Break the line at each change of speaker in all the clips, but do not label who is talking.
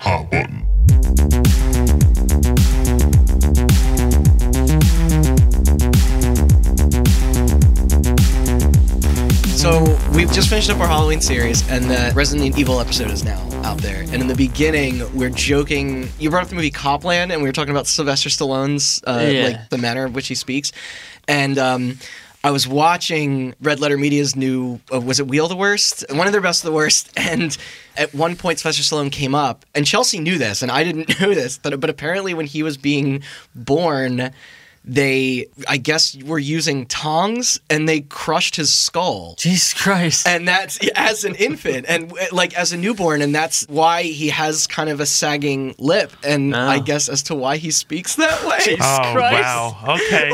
stop button.
So we've just finished up our Halloween series, and the Resident Evil episode is now out there. And in the beginning, we're joking. You brought up the movie Copland, and we were talking about Sylvester Stallone's uh,
Yeah.
like the manner in which he speaks. And um, I was watching Red Letter Media's new uh, was it Wheel the Worst, one of their best of the worst. And at one point, Sylvester Stallone came up, and Chelsea knew this, and I didn't know this, but but apparently when he was being born they i guess were using tongs and they crushed his skull
Jesus Christ.
and that's as an infant and like as a newborn and that's why he has kind of a sagging lip and
Oh.
i guess as to why he speaks that way
Jesus
Oh
Christ.
wow. Okay.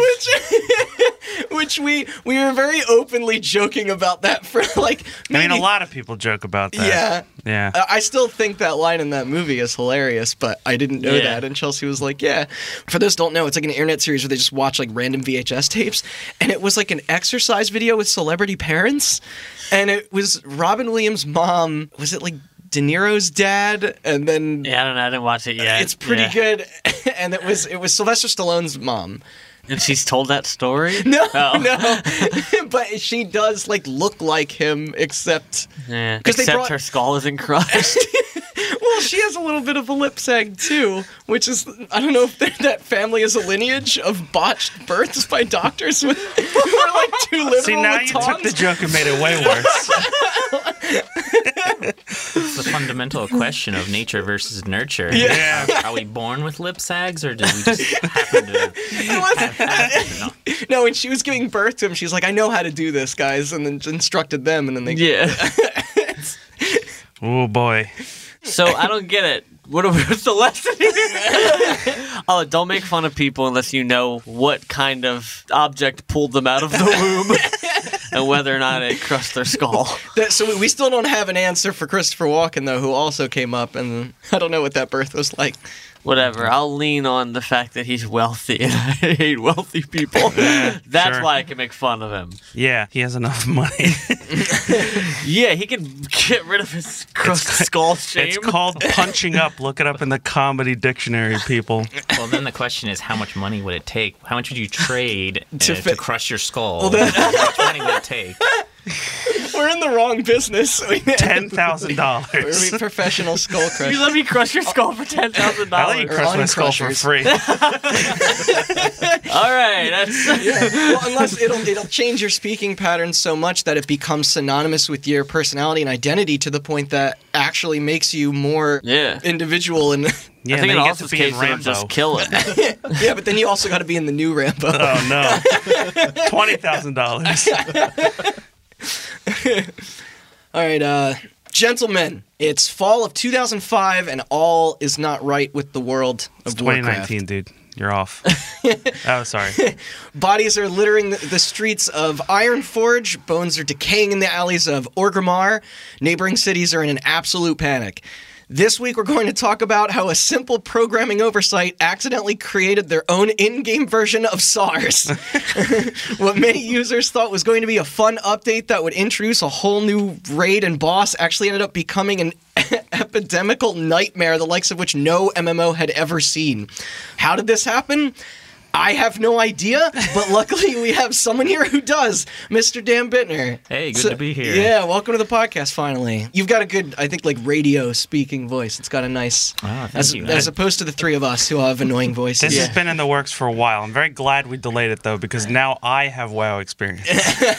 which, which we we were very openly joking about that for like
I mean,
maybe-
a lot of people joke about that.
yeah Uh,
Yeah.
I I still think that line in that movie is hilarious, but I didn't know
Yeah.
that. And Chelsea was like, "Yeah." For those who don't know, it's like an internet series where they just watch like random VHS tapes, and it was like an exercise video with celebrity parents, and it was Robin Williams' mom. Was it like De Niro's dad? And then
yeah, I don't know. I didn't watch it yet.
it's pretty
Yeah.
good. and it was it was Sylvester Stallone's mom.
And she's told that story?
No,
Oh.
no, but she does like look like him, except
Yeah.
'Cause they
Except
brought-
her skull isn't crushed.
Well, she has a little bit of a lip sag too, which is I don't know if that- that family is a lineage of botched births by doctors with who are like too liberal
See, now
with
you
tongs.
took the joke and made it way worse.
It's the fundamental question of nature versus nurture.
Yeah.
Are, are we born with lip sags, or do we just happen to?
It was-
have- no.
no, when she was giving birth to him, she's like, "I know how to do this, guys," and then instructed them, and then they.
yeah.
oh boy.
So I don't get it. What what's the lesson here? oh, don't make fun of people unless you know what kind of object pulled them out of the womb and whether or not it crushed their skull.
That- so we- we still don't have an answer for Christopher Walken though, who also came up, and I don't know what that birth was like.
Whatever. I'll lean on the fact that he's wealthy and I hate wealthy people. That's
sure.
why I can make fun of him.
Yeah, he has enough money.
Yeah, he can get rid of his crushed skull shame.
it's called punching up. Look it up in the comedy dictionary, people.
Well, then the question is, how much money would it take? How much would you trade uh,
To
to,
fit-
crush your skull? how much money would it take? Oh,
We're in the wrong business. We-
Ten thousand
We're
dollars.
professional skull
you
crushers.
let me crush your skull for ten thousand
I let
dollars.
you
Or
crush my
on
skull
crushers.
for free.
All right, that's
Yeah. Well, unless it'll it'll change your speaking pattern so much that it becomes synonymous with your personality and identity to the point that actually makes you more
yeah.
individual and
I think
Yeah, and
in
then you get
Austin's
to be in
case, it'll
Rambo.
just kill him.
yeah, but then you also got to be in the new Rambo.
oh no, twenty thousand dollars.
All right, uh gentlemen, it's fall of 2005 and all is not right with the world of
Twenty
Warcraft.
nineteen, dude. You're off. oh, sorry.
Bodies are littering the the streets of Ironforge. Bones are decaying in the alleys of Orgrimmar. Neighboring cities are in an absolute panic. This week, we're going to talk about how a simple programming oversight accidentally created their own in game version of SARS. what many users thought was going to be a fun update that would introduce a whole new raid and boss actually ended up becoming an epidemical nightmare, the likes of which no MMO had ever seen. How did this happen? I have no idea, but luckily we have someone here who does, Mr. Dan Bittner.
Hey, good
So-
to be here.
Yeah, welcome to the podcast. Finally, you've got a good, I think, like radio speaking voice. It's got a nice,
Wow, Ah, thank
as,
you.
as opposed to the three of us who have annoying voices.
This has been in the works for a while. I'm very glad we delayed it though, because now I have WoW experience.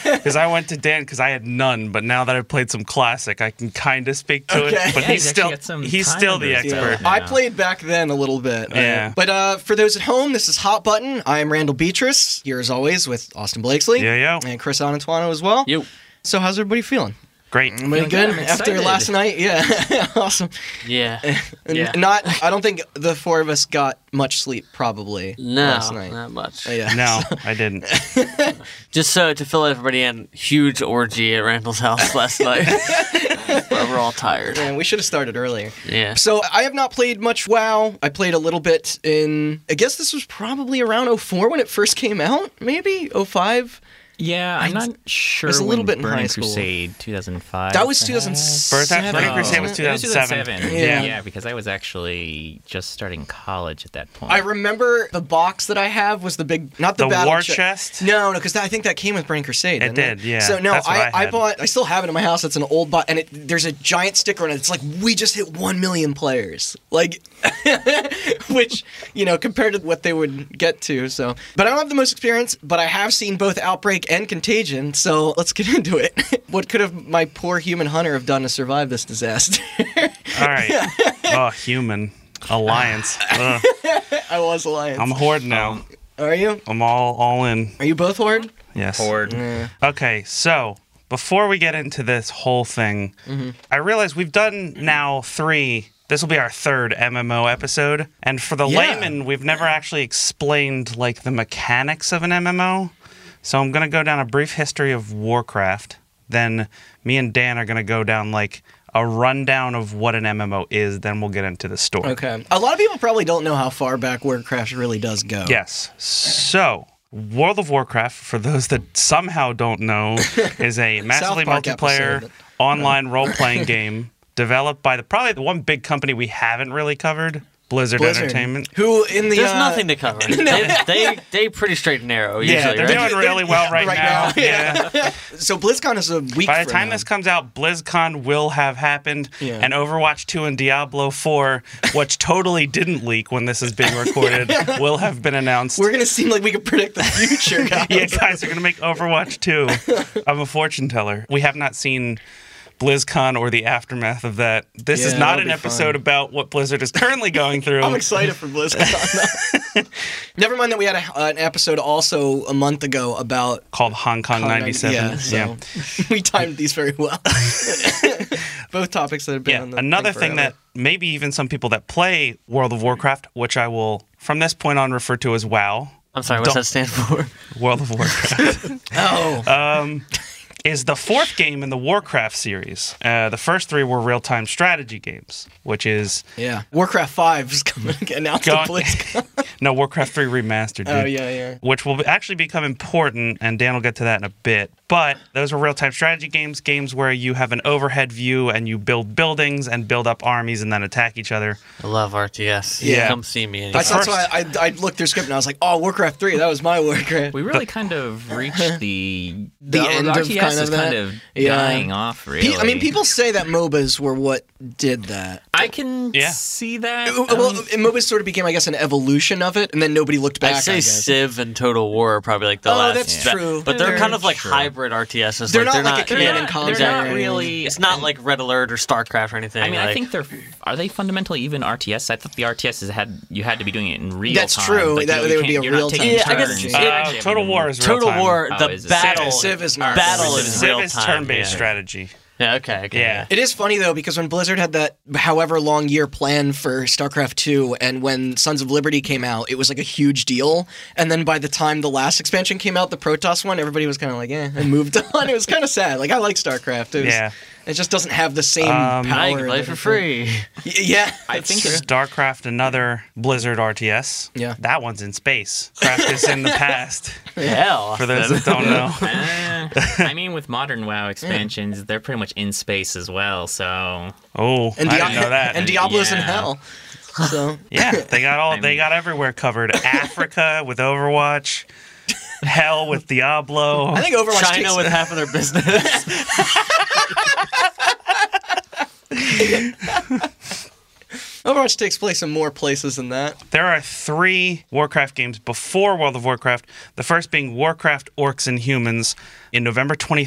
Because I went to Dan because I had none, but now that I've played some classic, I can kind of speak to
Okay.
it. But he's
Yeah, he's
still
actually got some
he's
time
still
under
the
his belt.
expert.
Yeah.
I played back then a little bit.
Yeah.
But uh, for those at home, this is Hot Button. I am Randall Beatrice, here as always with Austin Blakesley.
Yeah, yeah.
And Chris Anantuano as well.
You.
So how's everybody feeling?
Great.
Everybody
Feeling
good
good. I'm
after
excited.
last night? Yeah. awesome.
Yeah.
N-
Yeah.
Not I don't think the four of us got much sleep probably
No,
last night.
not much.
Uh, yeah.
No, I didn't.
Just so to fill everybody in, huge orgy at Randall's house last night. but we're all tired.
Man, we should have started earlier.
Yeah.
So I have not played much WoW. I played a little bit oh in I guess this was probably around 04 when it first came out, maybe 05.
Yeah, I'm
I-
not sure.
was a little
when
bit in
Burning
high school.
Crusade 2005.
That was
Birth
2007.
After Burning Crusade was
It
2007.
2007.
Yeah.
Yeah. because I was actually just starting college at that point.
I remember the box that I have was the big, not the,
The
battle
war
che-
chest?
No, no, because I think that came with Burning Crusade.
It
didn't
did, yeah.
So no,
That's what
I,
I
I
had.
bought. I still have it in my house. It's an old box, and it, there's a giant sticker on it. It's like we just hit one million players, like, which you know compared to what they would get to. So, but I don't have the most experience, but I have seen both Outbreak and Contagion. So let's get into it. what could have my poor human hunter have done to survive this disaster?
All right. oh, human alliance. Ugh,
I was alliance.
I'm horde now.
Are you?
I'm all all in.
Are you both horde?
Yes.
Horde.
Okay, so before we get into this whole thing, I realize we've done now three. This will be our third MMO episode, and for the
Yeah.
layman, we've never actually explained like the mechanics of an MMO. So I'm gonna go down a brief history of Warcraft. Then me and Dan are gonna go down like a rundown of what an MMO is. Then we'll get into the story.
Okay. A lot of people probably don't know how far back Warcraft really does go.
Yes. So, World of Warcraft, for those that somehow don't know, is a massively
Park
multiplayer
episode.
online role playing game developed by the probably the one big company we haven't really covered, Blizzard,
Blizzard,
Entertainment.
Who in the
There's
uh,
nothing to cover. they, they they pretty straight and narrow
Yeah,
usually,
they're
right?
doing really well right,
Right
now.
now,
Yeah.
So BlizzCon is a week.
By the
from
time
now.
this comes out, BlizzCon will have happened,
Yeah.
and Overwatch 2 and Diablo 4, which totally didn't leak when this is being recorded, will have been announced.
we're gonna seem like we could predict the future, guys.
yeah, guys, we're gonna make Overwatch 2. I'm a fortune teller. We have not seen BlizzCon or the aftermath of that. This is
Yeah,
not
that'll
an
be
episode
fun.
about what Blizzard is currently going through.
I'm excited for BlizzCon. Never mind that we had a, an episode also a month ago about. uh,
Called Hong Kong '97.
Yeah, so
yeah.
we timed these very well. Both topics that have been
Yeah,
on the
another
thing,
thing
forever.
that maybe even some people that play World of Warcraft, which I will from this point on refer to as WoW,
I'm sorry, what's
Don't-
that stand for?
World of Warcraft, um,
oh
uh, is the fourth game in the Warcraft series. Uh, the first three were real-time strategy games, which is
yeah, Warcraft Five is coming announced at
Going-
BlizzCon.
no Warcraft 3 remastered. Dude.
Oh yeah, yeah.
which will actually become important, and Dan will get to that in a bit. But those are real time strategy games, games where you have an overhead view and you build buildings and build up armies and then attack each other.
I love RTS.
Yeah.
Come see me.
That's, that's
first-
why I, I looked their script and I was like, oh, Warcraft 3, that was my Warcraft.
We really kind of reached the
The end of
RTS
kind
is
of that.
kind of
Yeah.
dying off. Really,
Pe- I mean, people say that MOBAs were what did that.
I can
Yeah.
see that.
Uh, well,
um,
and MOBAs sort of became, I guess, an evolution of it, and then nobody looked back.
I'd
I
say
guess.
Civ and Total War are probably like the
Oh,
last.
that's
ba-
true.
But they're
They're-
kind of like
Sure.
hybrid RTSs.
They're
like,
not like a
they're
canon
not-
combat
they're not
or anything.
really.
It's not like Red Alert or StarCraft or anything.
I mean, I
like-
think they're are they fundamentally even RTS? I thought the RTSs had you had to be doing it in real
That's
time.
true.
like,
That-
you know,
they
you
would
can't-
be a
you're not
real-time
taking
Yeah, I guess-
turns.
yeah, I
You
Uh,
actually
Total
haven't
War
even-
is real
Total
time.
War,
Oh,
the
is it-
battle,
Civ is not-
battle
Civ
is
Civ
real
is
time.
turn based
yeah.
strategy.
Yeah, okay, okay.
Yeah.
It is funny though because when Blizzard had that however long year plan for StarCraft 2 and when Sons of Liberty came out, it was like a huge deal. And then by the time the last expansion came out, the Protoss one, everybody was kind of like, eh, and moved on. It was kind of sad. Like I like StarCraft. It was,
Yeah.
It just doesn't have the same
Um,
power.
I can play
that
for
it-
free.
Y- Yeah.
I think it's
StarCraft, another Blizzard RTS.
Yeah.
That one's in space. Craft is in the past,
Hell.
for those that don't know.
Uh, I mean, with modern WoW expansions, they're pretty much in space as well. So
Oh,
And,
I
Dia-
didn't know that.
and Diablo's in
Yeah.
hell. So
yeah, they got all they
mean-
got everywhere covered. Africa with Overwatch, Hell with Diablo.
I think Overwatch
China
takes
with half of their business.
Overwatch takes place in more places than that.
There are three Warcraft games before World of Warcraft, the first being Warcraft Orcs and Humans in November 23rd,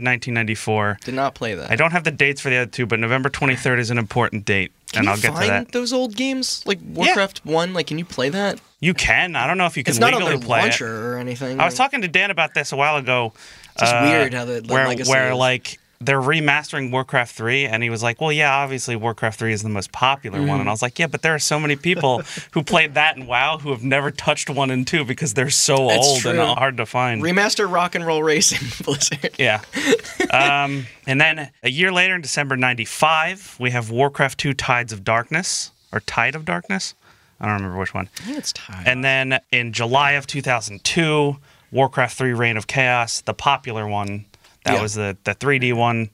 1994.
Did not play that.
I don't have the dates for the other two, but November 23rd is an important date,
Can
and
you
I'll get
find
to that.
those old games like Warcraft One? Like, can you play that?
You can. I don't know if you can
It's not on
legally
their
play
launcher
it.
or anything.
I was talking to Dan about this a while ago. uh,
It's just weird how the- the
where
legacy
where
is.
like they're remastering Warcraft 3 and he was like, "Well, yeah, obviously Warcraft 3 is the most popular one."
Mm.
And I was like, "Yeah, but there are so many people who played that and WoW who have never touched 1 and 2 because they're so
That's
old and
true.
hard to find."
remaster Rock and Roll Racing Blizzard.
Yeah. Um, and then a year later, in December 95, we have Warcraft 2 Tides of Darkness, or Tide of Darkness. I don't remember which one.
I think it's tied.
And then in July of 2002, Warcraft 3 Reign of Chaos, the popular one. That
Yeah.
was the, the 3D one.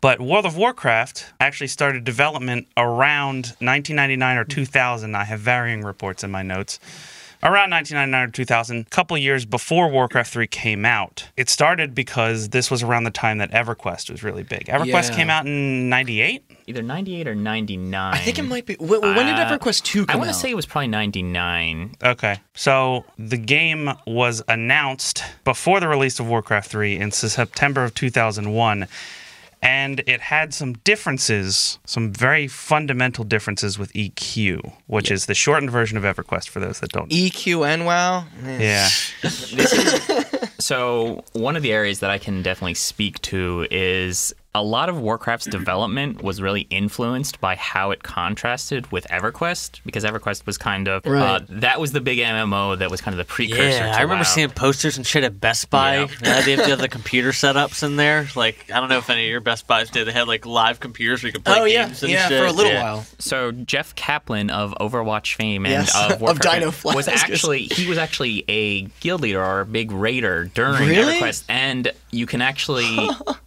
But World of Warcraft actually started development around 1999 or
Hmm.
2000. I have varying reports in my notes. Around 1999 or 2000, a couple years before Warcraft 3 came out. It started because this was around the time that EverQuest was really big. EverQuest
Yeah.
came out in 98.
Either 98 or 99.
I think it might be. When, when did
Uh,
EverQuest 2
I
come
want to
out?
say it was probably 99.
Okay. So the game was announced before the release of Warcraft 3 in September of 2001. And it had some differences, some very fundamental differences with EQ, which is the shortened version of EverQuest for those that don't.
E EQN WoW?
yeah.
So, one of the areas that I can definitely speak to is a lot of Warcraft's development was really influenced by how it contrasted with EverQuest because EverQuest was kind of uh,
Right.
that was the big MMO that was kind of the precursor.
Yeah,
to
I remember
WoW.
seeing posters and shit at Best Buy.
Yeah.
Yeah, they have to have the computer setups in there. Like, I don't know if any of your Best Buys did. They had like live computers where you could play
Oh, yeah.
games and
Yeah,
shit.
for a little
Yeah.
while.
So Jeff Kaplan of Overwatch fame and
Yes,
of
of
Warcraft fame
Dino Flash.
was actually he was actually a guild leader or a big raider during
Really?
EverQuest, and you can actually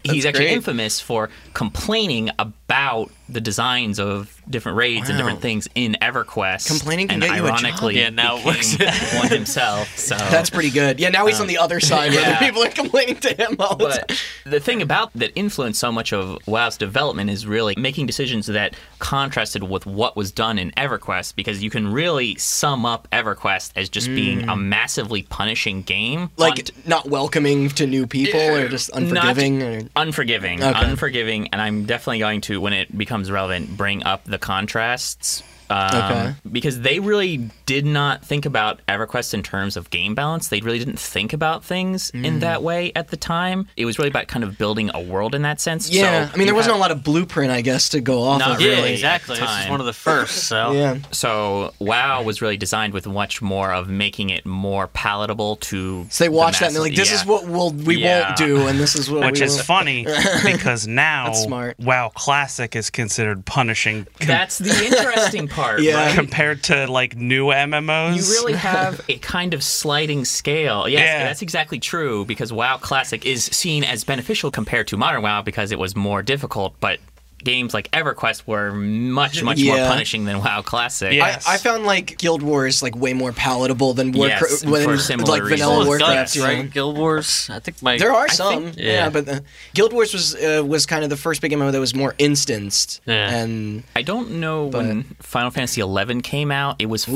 he's actually
great.
infamous for complaining about the designs of different raids and
Wow.
different things in EverQuest.
Complaining can
and
get you a job.
ironically
Yeah, now it works.
became one himself. So
That's pretty good. Yeah, now he's on the other side where the
Oh. Um, yeah.
people are complaining to him all the time.
But the thing about that influenced so much of WoW's development is really making decisions that contrasted with what was done in EverQuest because you can really sum up EverQuest as just being a massively punishing game.
Like,
on-
not welcoming to new people or just unforgiving.
not-
or...
unforgiving,
Okay.
unforgiving, and I'm definitely going to when it becomes relevant bring up the contrasts. Um,
Okay.
Because they really did not think about EverQuest in terms of game balance. They really didn't think about things
Mm.
in that way at the time. It was really about kind of building a world in that sense.
Yeah,
So
I mean, there
you
wasn't
have-
a lot of blueprint, I guess, to go off
Not
of.
Yeah,
really
Oh, exactly.
at the
This is
time.
one of the first. So
Yeah.
So WoW was really designed with much more of making it more palatable to.
So they
the
watch that and they're like,
masses.
"This
Yeah.
is what we'll, we
Yeah.
won't do, and this is what
Which
we
is
will."
funny because now
That's smart.
WoW Classic is considered punishing com-
That's the interesting part.
Yeah.
right?
compared to like new MMOs.
You really have a kind of sliding scale. Yes,
Yeah.
that's exactly true because WoW Classic is seen as beneficial compared to modern WoW because it was more difficult, but games like EverQuest were much, much more
Yeah.
punishing than WoW Classic.
Yeah.
I, I found like Guild Wars like way more palatable than Warcraft,
Yes,
when,
for similar
like
reasons.
vanilla
Well,
Guns,
Warcraft. you know?
right? Guild Wars. I think my
There are
I
some,
think-
yeah. but the, Guild Wars was uh, was kind of the first big MMO that was more instanced,
Yeah.
and
I don't know when Final Fantasy XI came out. It was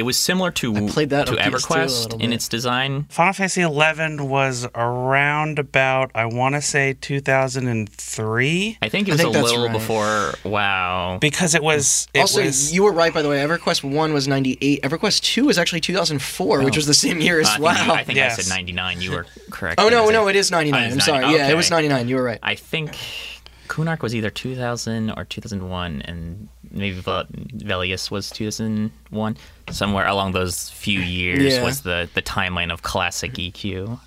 it was similar to
played that
to
on PS2 a
EverQuest
little
in
bit.
its design.
Final Fantasy XI was around about, I want to say 2003,
I think it was
think
a
that's
little
right.
before WoW.
because it was. It
also
was,
you were right by the way. EverQuest One was ninety eight. EverQuest Two is actually two thousand four, which was the same year as
Oh. Uh, I think,
WoW.
you- I, think I
Yes.
said 99. You were correct.
oh no,
Is it-
no, it is ninety
Oh,
nine.
it's
I'm sorry.
90.
Yeah, it was
Okay.
ninety nine. You were right.
I think Kunark was either 2000 or 2001, and maybe Vel- Velius was 2001. Somewhere along those few years
Yeah.
was the, the timeline of classic E EQ.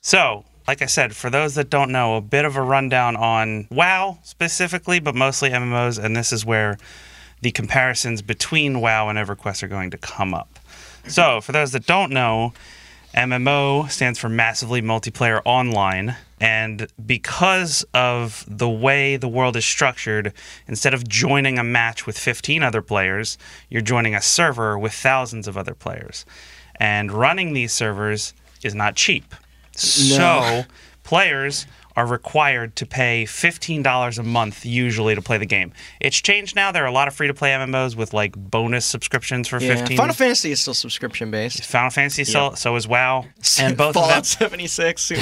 So, like I said, for those that don't know, a bit of a rundown on WoW specifically, but mostly MMOs, and this is where the comparisons between WoW and EverQuest are going to come up. So, for those that don't know, MMO stands for Massively Multiplayer Online. And because of the way the world is structured, instead of joining a match with 15 other players, you're joining a server with thousands of other players. And running these servers is not cheap. So players are required to pay $15 a month usually to play the game. It's changed now. There are a lot of free to play MMOs with like bonus subscriptions for
Yeah.
15
Final Fantasy is still subscription based.
Final Fantasy, so, so is WoW, and both
Fallout
of
seventy six.
them.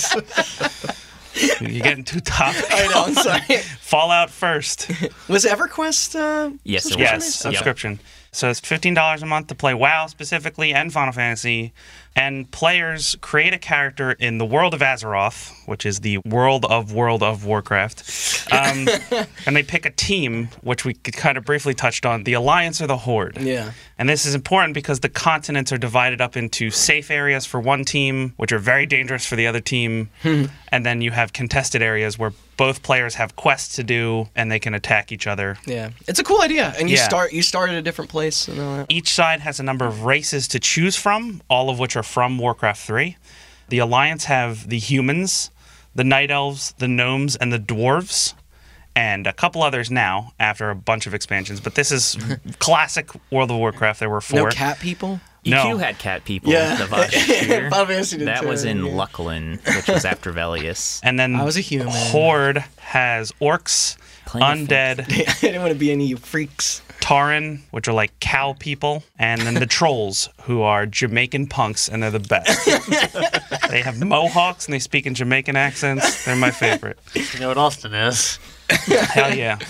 Fuck. You're getting too topical.
I know. I'm sorry.
Fallout first.
Was EverQuest? Uh,
Yes, it was.
Yes,
Yep.
subscription. So it's fifteen dollars a month to play WoW specifically and Final Fantasy, and players create a character in the world of Azeroth, which is the world of World of Warcraft, Um, and they pick a team, which we kind of briefly touched on the Alliance or the Horde.
Yeah.
And this is important because the continents are divided up into safe areas for one team, which are very dangerous for the other team. and then you have contested areas where both players have quests to do and they can attack each other.
Yeah, it's a cool idea, and you
Yeah.
start you start at a different place and all that.
Each side has a number of races to choose from, all of which are from Warcraft 3. The Alliance have the humans, the night elves, the gnomes, and the dwarves, and a couple others now after a bunch of expansions. But this is classic World of Warcraft. There were four.
No cat people.
No.
EQ E had cat people.
Yeah.
the Vashir.
Final Fantasy did
that
too,
was in
yeah.
Lucklin, which was after Velius.
and then
I was a human.
Horde has orcs,
Playing
undead,
I didn't want to be any freaks.
Tauren, which are like cow people, and then the trolls, who are Jamaican punks, and they're the best. they have mohawks and they speak in Jamaican accents. They're my favorite.
You know what Austin is?
Hell yeah.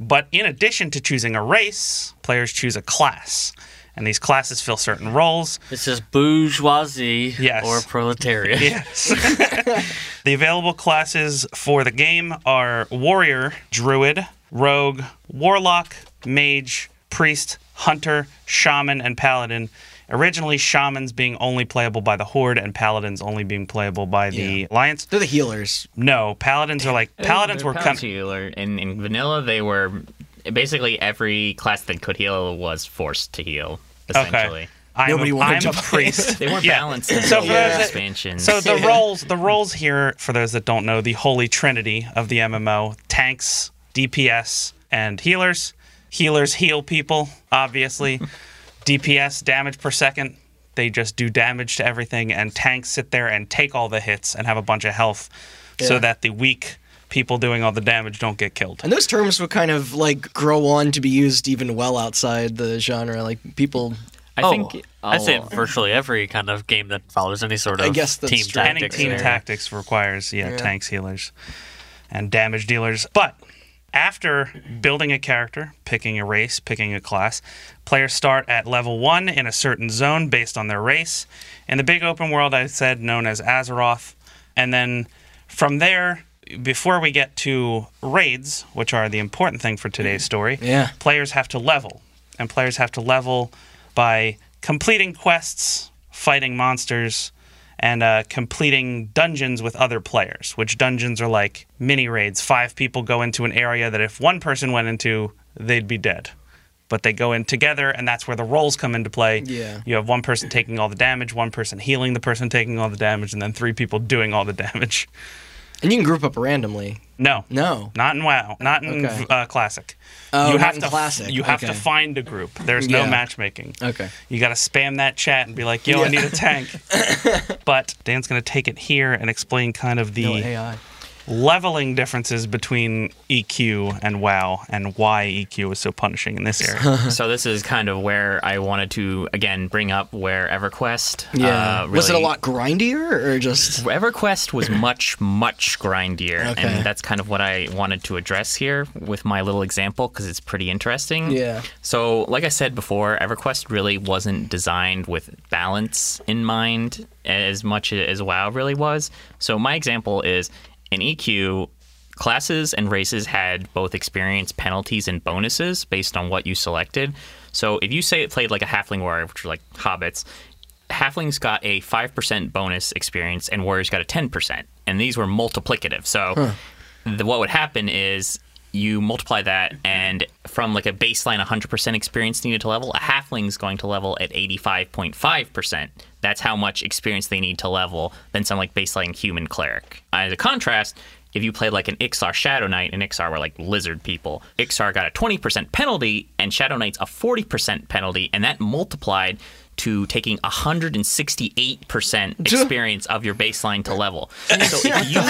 But in addition to choosing a race, players choose a class. And these classes fill certain roles.
It's just bourgeoisie
Yes.
or proletariat.
Yes. the available classes for the game are warrior, druid, rogue, warlock, mage, priest, hunter, shaman, and paladin. Originally, shamans being only playable by the Horde and paladins only being playable by the
Yeah.
Alliance.
They're the healers.
No, paladins are like paladins
They're
were kind of
healer. In, in vanilla, they were basically every class that could heal was forced to heal. Essentially,
okay. I'm
Nobody
a,
wanted
I'm
to
a
play
priest.
they weren't
Yeah.
balanced in
So
the
for those that-
expansion.
So the roles, the roles here, for those that don't know, the holy trinity of the MMO: tanks, DPS, and healers. Healers heal people, obviously. DPS, damage per second. They just do damage to everything, and tanks sit there and take all the hits and have a bunch of health,
Yeah.
so that the weak people doing all the damage don't get killed.
And those terms would kind of like grow on to be used even well outside the genre. Like people,
I
Oh,
think
I say
I'll-
virtually every kind of game that follows any sort of
I guess that's
team
true.
Any
tactics.
team
there.
tactics requires yeah,
Yeah.
tanks, healers, and damage dealers. But after building a character, picking a race, picking a class, players start at level one in a certain zone based on their race. In the big open world, I said known as Azeroth, and then from there. Before we get to raids, which are the important thing for today's story,
Mm-hmm. Yeah.
players have to level, and players have to level by completing quests, fighting monsters, and uh, completing dungeons with other players. Which dungeons are like mini raids. Five people go into an area that if one person went into, they'd be dead. But they go in together, and that's where the roles come into play.
Yeah.
You have one person taking all the damage, one person healing the person taking all the damage, and then three people doing all the damage.
and you can group up randomly.
No.
No.
Not in WoW. Not in
Okay.
uh, Classic.
Oh,
you
not
have
in
to f-
Classic.
You have to
Okay.
find a group. There's no
Yeah.
matchmaking.
Okay.
You got to spam that chat and be like, "Yo, I
Yeah.
need a tank." but Dan's gonna take it here and explain kind of the
No AI.
leveling differences between EQ and WoW and why EQ is so punishing in this area.
so this is kind of where I wanted to again bring up where EverQuest.
Yeah.
uh,
was it a
really-
lot grindier or just?
EverQuest was much, much grindier,
Okay.
and that's kind of what I wanted to address here with my little example because it's pretty interesting.
Yeah.
So, like I said before, EverQuest really wasn't designed with balance in mind as much as WoW really was. So, my example is in EQ, classes and races had both experience penalties and bonuses based on what you selected. So, if you say it played like a halfling warrior, which are like hobbits, halflings got a 5% bonus experience and warriors got a 10%. And these were multiplicative. So, the, what would happen is you multiply that and from like a baseline 100% experience needed to level a halfling's going to level at 85.5% that's how much experience they need to level than some like baseline human cleric as a contrast if you played like an Ixar Shadow Knight, and Ixar were like lizard people, Ixar got a 20% penalty, and Shadow Knight's a 40% penalty, and that multiplied to taking 168% experience of your baseline to level. So if you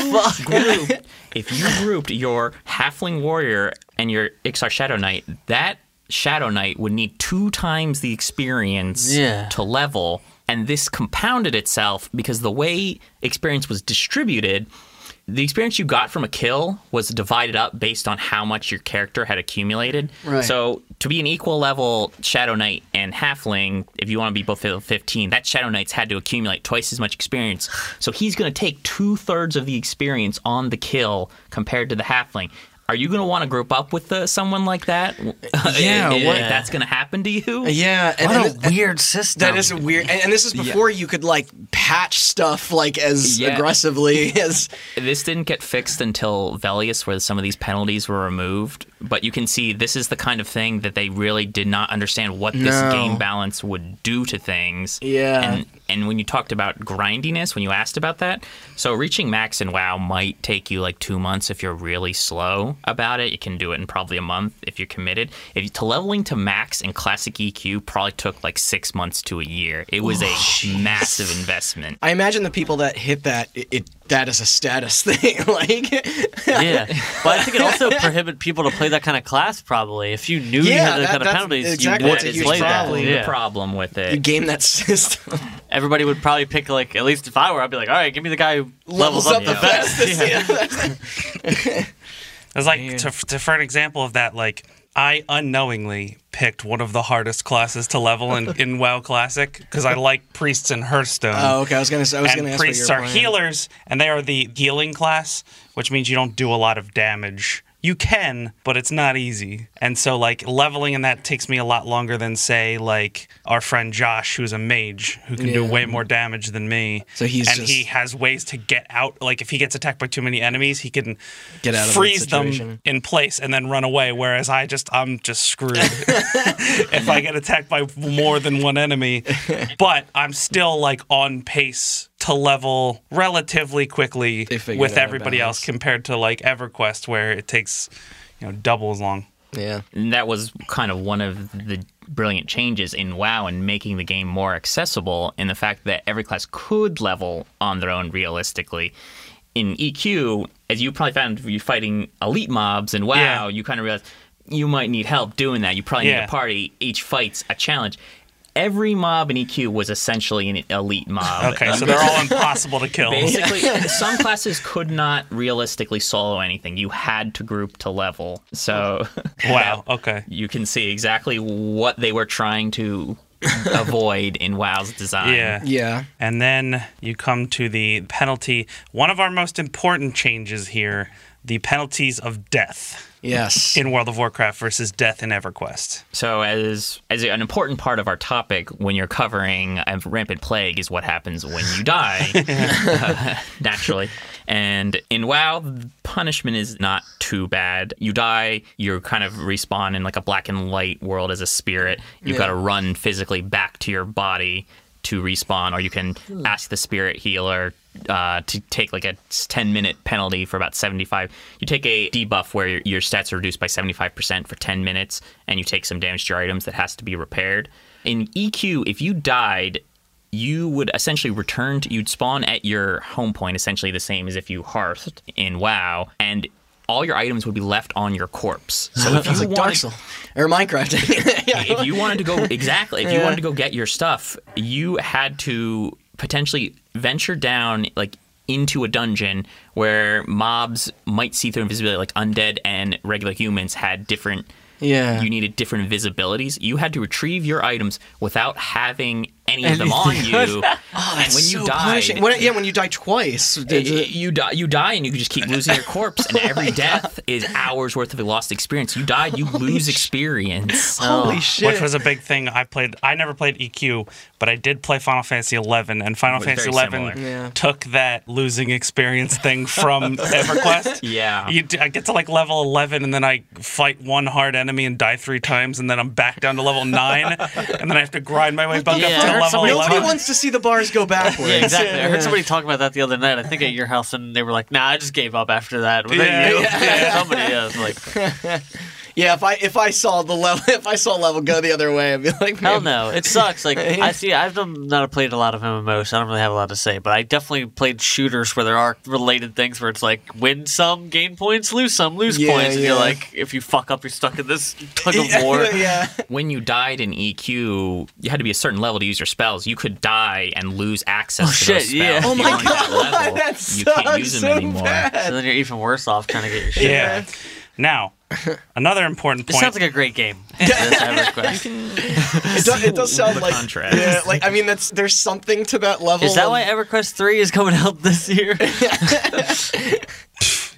grouped, if you grouped your halfling warrior and your Ixar Shadow Knight, that Shadow Knight would need two times the experience
Yeah.
to level, and this compounded itself because the way experience was distributed, the experience you got from a kill was divided up based on how much your character had accumulated.
Right.
So to be an equal level Shadow Knight and Halfling, if you want to be both level 15, that Shadow Knight's had to accumulate twice as much experience. So he's going to take two thirds of the experience on the kill compared to the Halfling. Are you going to want to group up with uh, someone like that?
Yeah,
If
what-
that's going to happen to you?
Yeah, and
What
and-
a weird system.
That is a weird, and, and this is before you could like patch stuff like as
Yeah.
aggressively as.
This didn't get fixed until Velius, where some of these penalties were removed. But you can see this is the kind of thing that they really did not understand what this
No.
game balance would do to things.
Yeah.
And, and when you talked about grindiness, when you asked about that, so reaching max in WoW might take you like two months if you're really slow about it. You can do it in probably a month if you're committed. If you, to leveling to max in classic EQ probably took like six months to a year. It was
Oh,
a massive investment.
I imagine the people that hit that, it, it that is a status thing. like,
yeah, but I think it also prohibit people to play that kind of class. Probably, if you knew you
Yeah,
had
that-
that, kind of
that's
penalties,
exactly
you
what
What
it's a
wouldn't
is
huge
play
probably
that.
the
Yeah.
problem with
you
it?
game that system
Everybody would probably pick like at least if I were, I'd be like, all right, give me the guy who levels, up, the best.
Yeah.
It's like to, to, for an example of that, like I unknowingly picked one of the hardest classes to level in, in WoW Classic because I like priests and Hearthstone.
Oh, okay. I was gonna. I was gonna
and
ask what you
priests
were
are
playing.
healers, and they are the healing class, which means you don't do a lot of damage. You can, but it's not easy. And so, like, leveling in that takes me a lot longer than, say, like our friend Josh, who's a mage, who can do
Yeah.
way more damage than me.
So he's
and
just-
he has ways to get out. Like, if he gets attacked by too many enemies, he can
Get out of that
freeze them
situation.
in place and then run away. Whereas I just, I'm just screwed if I get attacked by more than one enemy. But I'm still like on pace to level relatively quickly
They figured out
with
a
everybody else
balance.
compared to like EverQuest where it takes you know double as long.
Yeah.
And that was kind of one of the brilliant changes in WoW and making the game more accessible in the fact that every class could level on their own realistically. In EQ, as you probably found if you're fighting elite mobs in WoW,
Yeah.
you kind of realize you might need help doing that. You probably need
Yeah.
a party. Each fight's a challenge. Every mob in EQ was essentially an elite mob.
Okay, so they're all impossible to kill.
Basically, some classes could not realistically solo anything. You had to group to level. So
Wow. Okay.
you can see exactly what they were trying to avoid in WoW's design.
Yeah.
Yeah.
And then you come to the penalty. One of our most important changes here, the penalties of death
Yes.
in World of Warcraft versus death in EverQuest.
So as as an important part of our topic when you're covering a rampant plague is what happens when you die naturally. And in WoW, the punishment is not too bad. You die, you're kind of respawn in like a black and light world as a spirit. You've got to run physically back to your body to respawn, or you can
Hmm.
ask the spirit healer uh, to take like a 10 minute penalty for about 75. You take a debuff where your, your stats are reduced by 75% for 10 minutes, and you take some damage to your items that has to be repaired. In EQ, if you died, you would essentially return to you'd spawn at your home point essentially the same as if you hearthed in WoW and all your items would be left on your corpse. So if
It's
you
like Dark
wanted,
Souls or Minecraft. yeah.
if you wanted to go exactly, if you wanted to go get your stuff, you had to potentially venture down like into a dungeon where mobs might see through invisibility like undead and regular humans had different
Yeah.
you needed different visibilities. You had to retrieve your items without having any of them on you. and when you
Oh,
Eh,
So
died,
punishing. When, yeah, when you die twice.
y-
Did,
y- you die, you die, and you just keep losing your corpse, and every death is hours worth of lost experience. You died, you lose experience.
holy shit.
which was a big thing. I played. I never played EQ, but I did play Final Fantasy XI, and Final
Very
Fantasy
similar.
XI
Yeah.
took that losing experience thing from EverQuest.
Yeah.
you, d- I get to like level eleven, and then I fight one hard enemy and die three times, and then I'm back down to level nine, and then I have to grind my way back
Yeah.
up
I
to
heard
level
somebody
Nobody
eleven.
wants to see the bars go backwards.
Yeah, exactly. I
Yeah.
heard somebody talk about that the other night. I think at your house, and they were like, "Nah, I just gave up after that." Were
Yeah,
they you?
yeah.
Somebody else like,
Yeah, if I if I saw the level if I saw level go the other way, I'd be like,
"Hell
man,
no, it sucks." Like, I see. I've done, not played a lot of MMOs. So I don't really have a lot to say, but I definitely played shooters where there are related things where it's like win some, gain points, lose some, lose
Yeah,
points, and
yeah.
you're like, if you fuck up, you're stuck in this tug of
Yeah,
war.
yeah.
when you died in EQ, you had to be a certain level to use your spells. You could die and lose
Oh,
access to
shit,
those
yeah.
spells.
Oh
If you
my
weren't that
God,
level,
that
you can't use them
sucks so
anymore.
bad.
So then you're even worse off trying to get your shit.
Yeah. Now, another important
It sounds
point.
like a great game. this EverQuest.
It does, it does sound
The
like
contrast.
yeah, like I mean that's there's something to that level.
Is that
of-
why EverQuest 3 is coming out this year?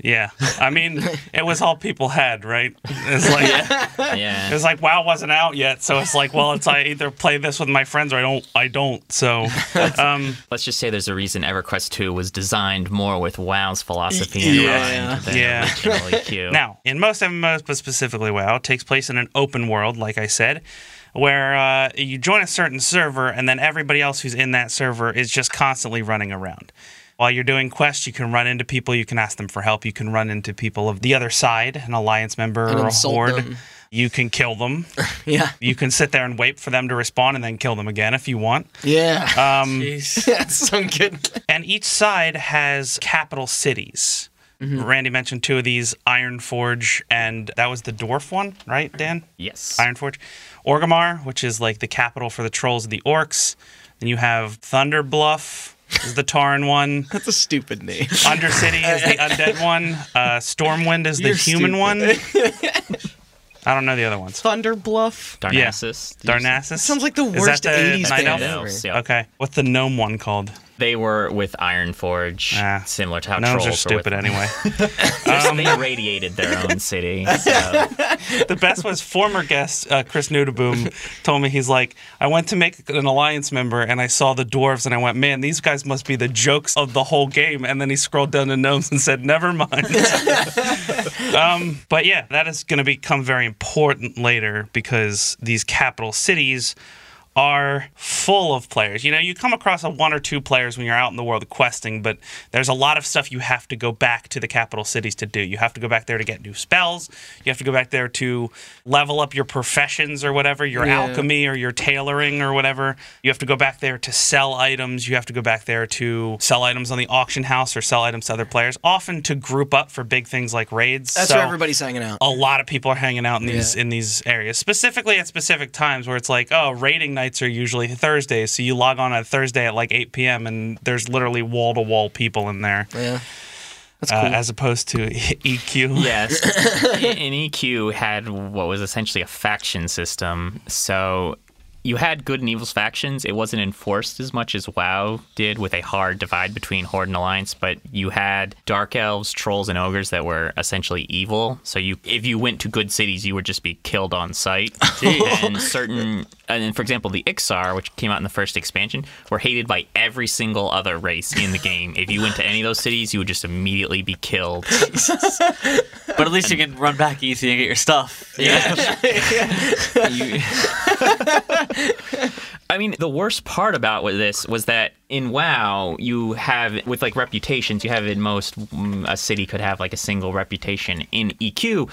Yeah. I mean, it was all people had, right? It's like
Yeah.
it's like WoW wasn't out yet, so it's like, well, it's I either play this with my friends or I don't. I don't. So, um,
Let's just say there's a reason EverQuest 2 was designed more with WoW's philosophy in
Yeah.
mind than
Yeah.
originally Q.
Now, in most MMOs, but specifically WoW, it takes place in an open world, like I said, where uh, you join a certain server and then everybody else who's in that server is just constantly running around. While you're doing quests, you can run into people, you can ask them for help, you can run into people of the other side, an alliance member or a
insult
horde.
them.
You can kill them.
Yeah.
you can sit there and wait for them to respond and then kill them again if you want.
Yeah.
Um,
That's some good.
and each side has capital cities.
Mm-hmm.
Randy mentioned two of these, Iron Forge, and that was the dwarf one, right, Dan?
Yes.
Iron Forge. Orgamar, which is like the capital for the trolls and the orcs. Then you have Thunder Bluff, is the Tarn one.
That's a stupid name.
Undercity is the undead one. Uh, Stormwind is the
You're
human
stupid.
one. I don't know the other ones.
Thunder Bluff.
Darnassus. Did you say-
Darnassus?
Sounds like the
Is that
worst 80s
Night
band
Elf?
ever.
Elves, yeah.
Okay. What's the gnome one called?
They were with Ironforge,
Ah.
similar to how
Gnomes
trolls
are
were with
stupid anyway. Um,
they irradiated their own city. So.
the best was former guest uh, Chris Nudaboom told me he's like, I went to make an alliance member and I saw the dwarves and I went, man, these guys must be the jokes of the whole game. And then he scrolled down to gnomes and said, never mind. um, but yeah, that is going to become very important later because these capital cities are full of players. You know, you come across a one or two players when you're out in the world questing, but there's a lot of stuff you have to go back to the capital cities to do. You have to go back there to get new spells. You have to go back there to level up your professions or whatever, your
Yeah.
alchemy or your tailoring or whatever. You have to go back there to sell items. You have to go back there to sell items on the auction house or sell items to other players, often to group up for big things like raids.
That's
So-
where everybody's hanging out.
a lot of people are hanging out in these
Yeah.
in these areas, specifically at specific times where it's like, oh, raiding nights are usually Thursdays, so you log on on Thursday at like 8 p.m. and there's literally wall to wall people in there,
Yeah. That's
uh,
cool.
as opposed to E EQ.
Yes. and EQ had what was essentially a faction system. So you had good and evil's factions. It wasn't enforced as much as WoW did with a hard divide between Horde and Alliance, but you had dark elves, trolls, and ogres that were essentially evil. So you if you went to good cities, you would just be killed on sight. and certain and then, for example, the Ixar, which came out in the first expansion, were hated by every single other race in the game. If you went to any of those cities, you would just immediately be killed.
But at least you can run back easy and get your stuff. Yeah. You-
I mean, the worst part about with this was that in WoW, you have with like reputations, you have in most mm, a city could have like a single reputation. In EQ,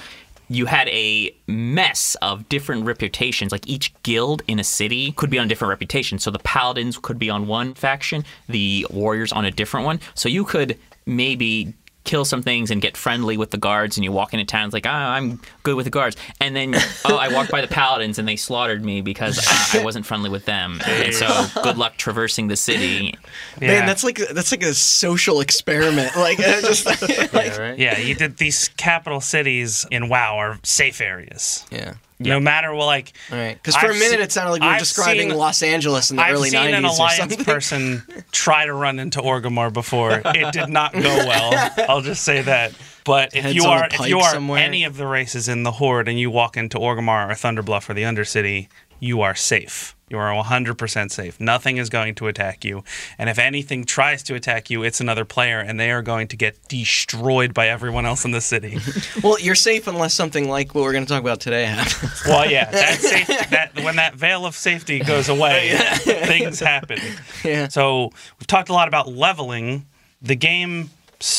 you had a mess of different reputations. Like each guild in a city could be on a different reputation. So the paladins could be on one faction, the warriors on a different one. So you could maybe kill some things and get friendly with the guards and you walk into town it's like oh, i'm good with the guards and then oh i walked by the paladins and they slaughtered me because I, I wasn't friendly with them and so good luck traversing the city
Yeah.
Man, that's like that's like a social experiment. Like uh, just like
yeah, right?
yeah, you did these capital cities in WoW are safe areas.
yeah.
No matter what, like
All right. Because for
I've
a minute
seen-
it sounded like we were
I've
describing
seen-
Los Angeles in the
I've
early
seen an
90s or
alliance
something.
person try to run into Orgamar before. It did not go well. I'll just say that. But if
Heads
you
on a
are if
pike
you are
somewhere.
any of the races in the horde and you walk into Orgamar or Thunderbluff or the Undercity, you are safe. You are 100% safe. Nothing is going to attack you. And if anything tries to attack you, it's another player and they are going to get destroyed by everyone else in the city.
Well, you're safe unless something like what we're going to talk about today happens.
Well, yeah, that safety, that when that veil of safety goes away, things happen.
Yeah.
So we've talked a lot about leveling. The game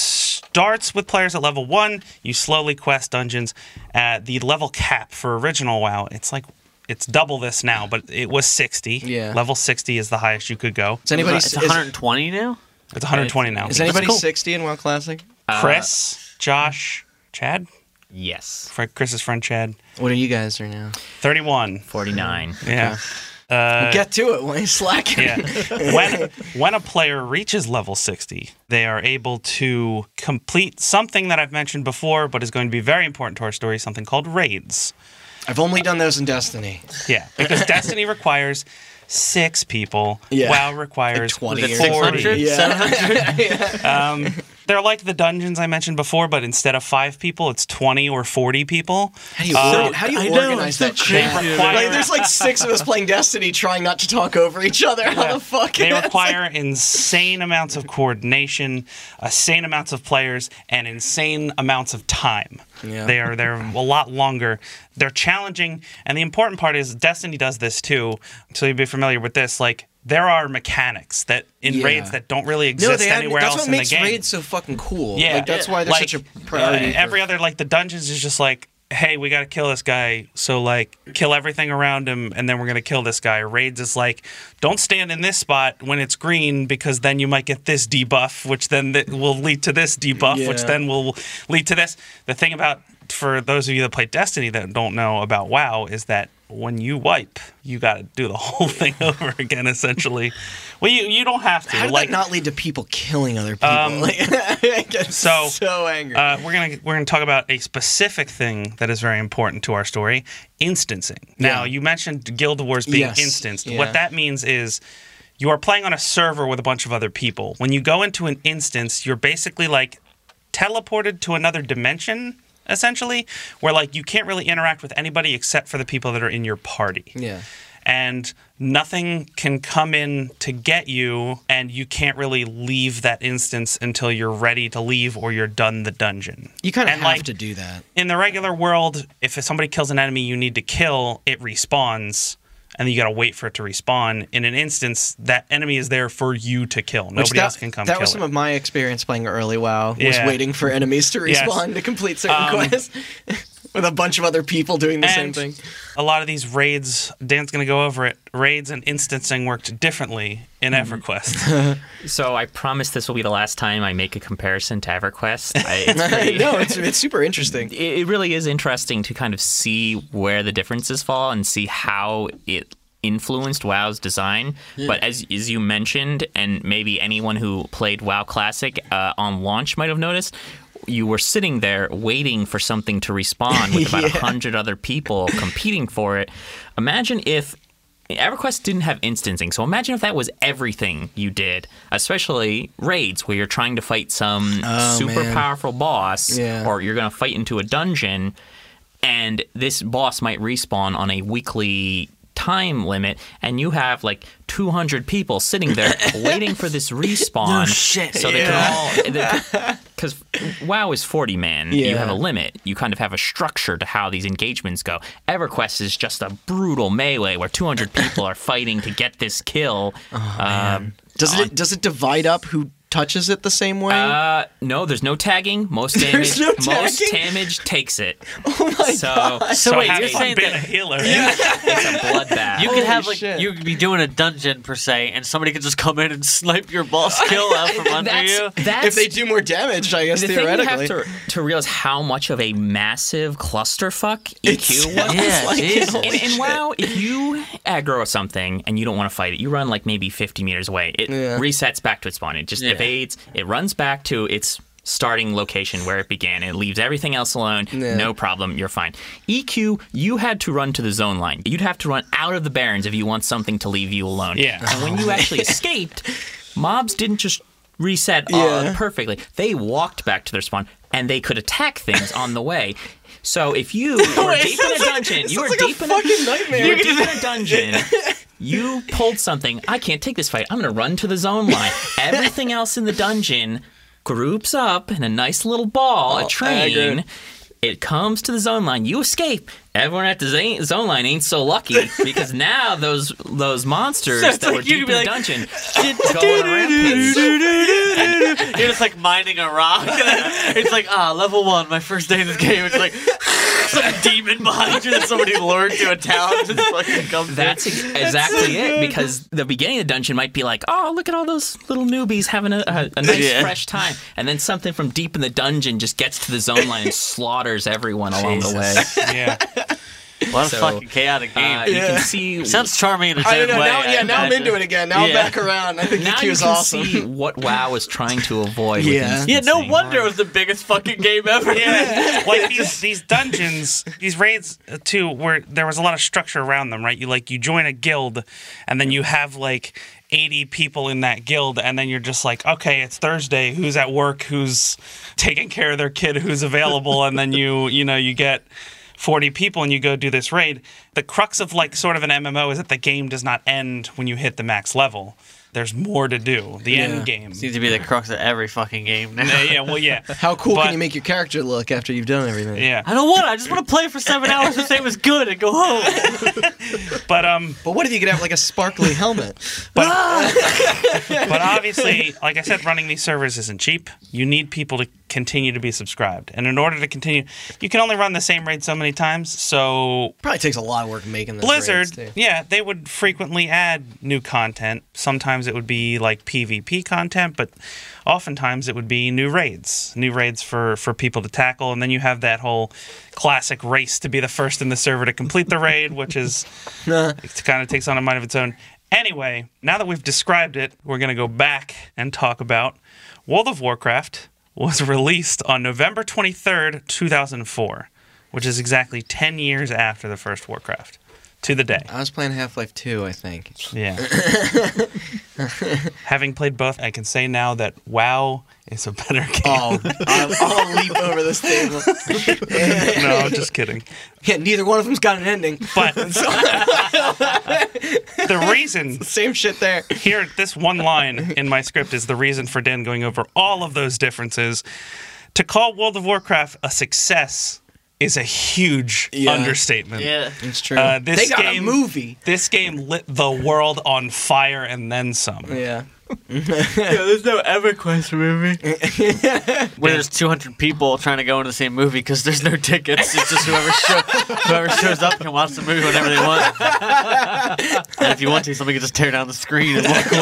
starts with players at level one. You slowly quest dungeons. At the level cap for original WoW, it's like it's double this now, but it was 60.
Yeah.
Level 60 is the highest you could go.
Is anybody
It's
is,
120 now?
It's 120 now.
is anybody
cool.
60 in WoW Classic?
Chris, Josh, Chad,
yes
Fr- Chris's friend Chad,
What are you guys right now?
31.
49
Yeah.
Get to it. Why are you slacking?
Uh, yeah. When when a player reaches level 60, they are able to complete something that I've mentioned before, but is going to be very important to our story, something called raids.
I've only done those in Destiny.
Yeah, because Destiny requires six people.
Yeah.
Wow requires
20 or
40.
600?
Yeah.
Um, They're like the dungeons I mentioned before, but instead of five people, it's 20 or 40 people.
How do you,
Uh,
orga- how do you
I know,
organize
it's so
that shit?
crazy.
Like, there's like six of us playing Destiny trying not to talk over each other. How the fuck?
They
It's like-
require insane amounts of coordination, insane amounts of players, and insane amounts of time.
Yeah.
They are they're a lot longer. They're challenging, and the important part is Destiny does this too. So you'd be familiar with this. Like there are mechanics that in
Yeah.
raids that don't really
No,
exist
they had,
anywhere
that's
else
what
in the
makes
game.
raids so fucking cool.
Yeah,
like, that's why they're
Like,
such a priority.
uh, every other like the dungeons is just like, hey, we gotta kill this guy, so like kill everything around him, and then we're gonna kill this guy. Raids is like, don't stand in this spot when it's green because then you might get this debuff, which then th- will lead to this debuff, which
Yeah.
then will lead to this. The thing about for those of you that play Destiny that don't know about WoW is that when you wipe, you got to do the whole thing over again, essentially. Well, you you don't have to.
How did
like Um,
that not lead to people killing other people? like, I get
so,
so, angry.
Uh, we're gonna we're gonna talk about a specific thing that is very important to our story: instancing. Now,
Yeah.
you mentioned Guild Wars being
Yes.
instanced.
Yeah.
What that means is you are playing on a server with a bunch of other people. When you go into an instance, you're basically like teleported to another dimension, essentially, where like you can't really interact with anybody except for the people that are in your party
yeah.
and nothing can come in to get you and you can't really leave that instance until you're ready to leave or you're done the dungeon
You kind of
And,
have
like,
to do that.
in the regular world if somebody kills an enemy you need to kill it respawns and then you gotta wait for it to respawn in an instance that enemy is there for you to kill nobody
Which that,
else can come
That
kill
was some
it.
of my experience playing early WoW. Was
Yeah.
waiting for enemies to
Yes.
respawn to complete certain quests with a bunch of other people doing the same
And
thing.
A lot of these raids, Dan's going to go over it. Raids and instancing worked differently in
Mm-hmm.
EverQuest.
So I promise this will be the last time I make a comparison to EverQuest. I, it's pretty-
no, it's it's super interesting.
it, it really is interesting to kind of see where the differences fall and see how it influenced WoW's design. But as as you mentioned, and maybe anyone who played WoW Classic uh, on launch might have noticed. You were sitting there waiting for something to respawn with about a hundred other people competing for it. Imagine if EverQuest didn't have instancing, so imagine if that was everything you did, especially raids where you're trying to fight some super
man.
powerful boss
Yeah.
or you're going to fight into a dungeon and this boss might respawn on a weekly time limit and you have like 200 people sitting there waiting for this respawn
shit.
so they can all because wow is 40 man you
Yeah.
have a limit you kind of have a structure to how these engagements go everquest is just a brutal melee where 200 people are fighting to get this kill
Oh,
Um,
Does it does it divide up who touches it the same way?
uh, no, there's no tagging. Most damage,
There's no
most
tagging?
damage takes it. Oh my so, god!
So, wait,
have
you're
fun
saying
being a
that
healer.
it's a bloodbath.
you could have
Holy
like
shit.
you could be doing a dungeon per se, and somebody could just come in and snipe your boss kill out from under
that's,
you.
that's
if they do more damage, I guess
the thing you
theoretically.
have to, to realize how much of a massive clusterfuck EQ was.
sounds
Yeah,
like it.
Jesus.
Holy
And, and
shit.
wow, if you aggro something and you don't want to fight it, you run like maybe 50 meters away. It
Yeah.
resets back to its spawn. It just
Yeah.
evades. It runs back to its starting location where it began. It leaves everything else alone.
Yeah.
No problem. You're fine. EQ, you had to run to the zone line. You'd have to run out of the barrens if you want something to leave you alone.
Yeah.
And when you actually escaped, mobs didn't just reset
Yeah.
uh, perfectly. They walked back to their spawn and they could attack things on the way. So if you were deep in a dungeon, you were
Sounds like
deep
a
in a
fucking nightmare.
you were deep in a dungeon. You pulled something. I can't take this fight. I'm going to run to the zone line. Everything else in the dungeon groups up in a nice little ball,
Oh,
a train.
aggroed.
It comes to the zone line. You escape. Everyone at the za- zone line ain't so lucky because now those those monsters
So it's
that
like
were
you
deep in
could
the
be
dungeon go on a rampage.
You're just like mining a rock. it's like ah, level one, my first day in this game. It's like some demon behind you that somebody lured to a town just fucking comes
That's ex- exactly it because the beginning of the dungeon might be like, oh, look at all those little newbies having a, a, a nice
Yeah.
fresh time, and then something from deep in the dungeon just gets to the zone line and slaughters everyone along the way.
yeah.
in. What a
so,
fucking chaotic game.
Uh, You
Yeah.
can see
Sounds charming in its
I
own
don't know.
way.
Now,
I
yeah, now I'm
imagine.
into it again. Now I'm
Yeah.
back around. I think
now
EQ
you
is
can
awesome.
see what WoW was trying to avoid. with
Yeah.
instancing.
Yeah, no wonder it was the biggest fucking game ever.
Yeah, like these these dungeons, these raids uh, too, where there was a lot of structure around them, right? You like you join a guild, and then you have like 80 people in that guild and then you're just like okay it's thursday who's at work who's taking care of their kid who's available and then you you know you get 40 people and you go do this raid the crux of like sort of an mmo is that the game does not end when you hit the max level there's more to do the end game
Seems to be the crux of every fucking game now.
yeah, yeah, well yeah
How cool
But-
can you make your character look after you've done everything?
yeah
I don't want to. I just want to play for seven hours and say it was good and go home.
but um
But what if you could have like a sparkly helmet?
but obviously, like I said, running these servers isn't cheap. You need people to continue to be subscribed. And in order to continue, you can only run the same raid so many times. So
Probably takes a lot of work making this.
Blizzard, yeah, they would frequently add new content. Sometimes it would be like PvP content, but oftentimes it would be new raids, new raids for for people to tackle, and then you have that whole classic race to be the first in the server to complete the raid, which is it kind of takes on a mind of its own. Anyway, now that we've described it, we're going to go back and talk about World of Warcraft was released on November 23rd, 2004, which is exactly 10 years after the first Warcraft to the day.
I was playing Half Life 2, I think.
Yeah. Having played both, I can say now that WoW is a better game.
Oh, I'll, I'll leap over this table.
no, I'm just kidding.
Yeah, neither one of them's got an ending.
But the reason
Same shit there.
here, this one line in my script is the reason for Dan going over all of those differences. To call World of Warcraft a success is a huge
Yeah.
understatement.
yeah.
It's true.
Uh, this
they got a
game-
movie.
This game lit the world on fire and then some.
Yeah.
yeah, there's no EverQuest movie. Where there's 200 people trying to go into the same movie because there's no tickets. It's just whoever, show, whoever shows up can watch the movie whenever they want. and if you want to, somebody can just tear down the screen and walk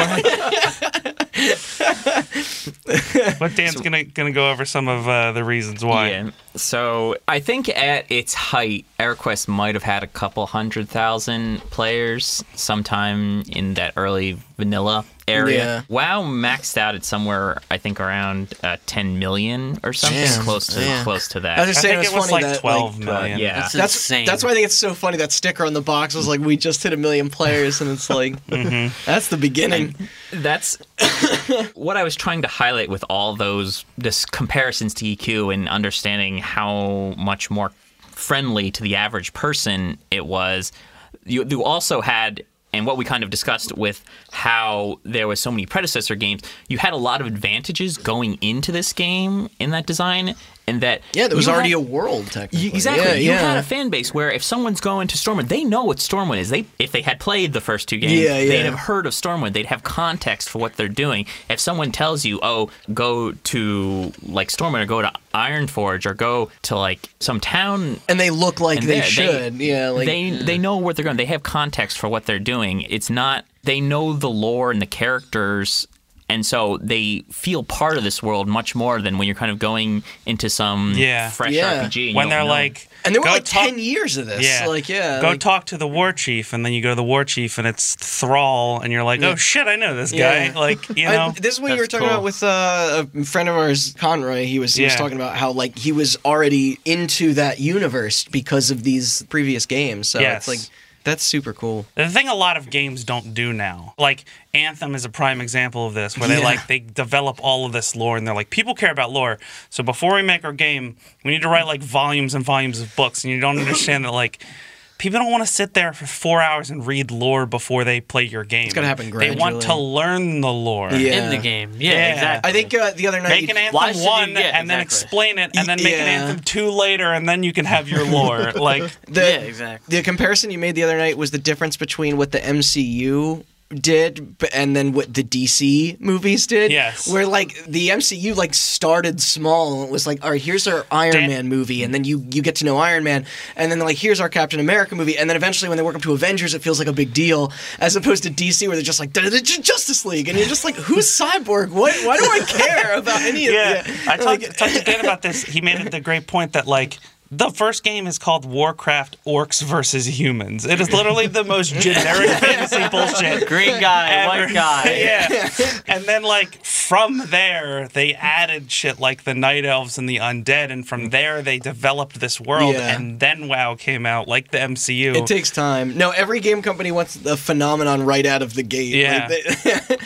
away.
But Dan's gonna gonna go over some of uh, the reasons why.
Yeah. So I think at its height, EverQuest might have had a couple hundred thousand players sometime in that early vanilla area.
Yeah.
WoW maxed out at somewhere I think around uh, 10 million or something
Damn.
close to
Yeah.
close
I
to
was
that.
just
I
saying
think
it's
it was
funny
like
that
twelve
like,
million.
uh, yeah.
That's
that's
insane.
that's why I think it's so funny that sticker on the box was like we just hit a million players and it's like
Mm-hmm.
that's the beginning.
That's what I was trying to highlight with all those this comparisons to EQ and understanding how much more friendly to the average person it was. You, you also had, and what we kind of discussed with how there was so many predecessor games. You had a lot of advantages going into this game in that design, and that
Yeah, there was
you
already
had-
a world technically.
Y- Exactly.
Yeah,
you
yeah.
had a fan base where if someone's going to Stormwind, they know what Stormwind is. They if they had played the first two games,
Yeah, yeah.
they'd have heard of Stormwind. They'd have context for what they're doing. If someone tells you, "Oh, go to like Stormwind or go to Ironforge or go to like some town
and they look like
and
they
they're-
should. yeah, like
they they know where they're going. They have context for what they're doing. It's not they know the lore and the characters, and so they feel part of this world much more than when you're kind of going into some
Yeah.
fresh
Yeah.
RPG. and
When
you don't
they're
know.
like,
and there were
"Go
like
talk-
ten years of this. like yeah,
Go
like,
talk to the war chief, and then you go to the war chief, and it's Thrall, and you're like, oh shit, I know this guy.
Yeah.
Like, you
I-
know,
this is what you were
That's
talking about
cool.
with uh, a friend of ours, Conroy. He was he was
Yeah.
talking about how like he was already into that universe because of these previous games. So
Yes.
it's like that's super cool.
the thing a lot of games don't do now, like Anthem is a prime example of this, where they
Yeah.
like they develop all of this lore, and they're like, people care about lore, so before we make our game, we need to write like volumes and volumes of books, and you don't understand that like. People don't want to sit there for four hours and read lore before they play your game. It's
gotta happen
They want to
gradually.
learn the lore.
Yeah.
In the game. Yeah,
Yeah.
exactly.
I think uh, the other night
Make an
you-
anthem
why should you-
one
yeah,
and then
exactly.
explain it, and then make an
Yeah.
anthem two later, and then you can have your lore. like,
the,
yeah, exactly.
the comparison you made the other night was the difference between what the MCU did b- and then what the DC movies did.
Yes.
Where like the MCU like started small and it was like, all right, here's our Iron
Dan-
Man movie, and then you you get to know Iron Man, and then like here's our Captain America movie, and then eventually when they work up to Avengers, it feels like a big deal, as opposed to DC where they're just like "Duh, duh, Ju- Justice League, and you're just like, who's Cyborg? What? Why do I care about any of
yeah.
that?
I talked, talked to Dan about this. He made it the great point that like The first game is called Warcraft Orcs versus Humans. It is literally the most generic fantasy bullshit.
Green guy,
ever.
white guy.
yeah. And then like from there they added shit like the night elves and the undead and from there they developed this world
Yeah.
and then WoW came out like the MCU.
It takes time. No, every game company wants the phenomenon right out of the gate.
Yeah.
Like, they-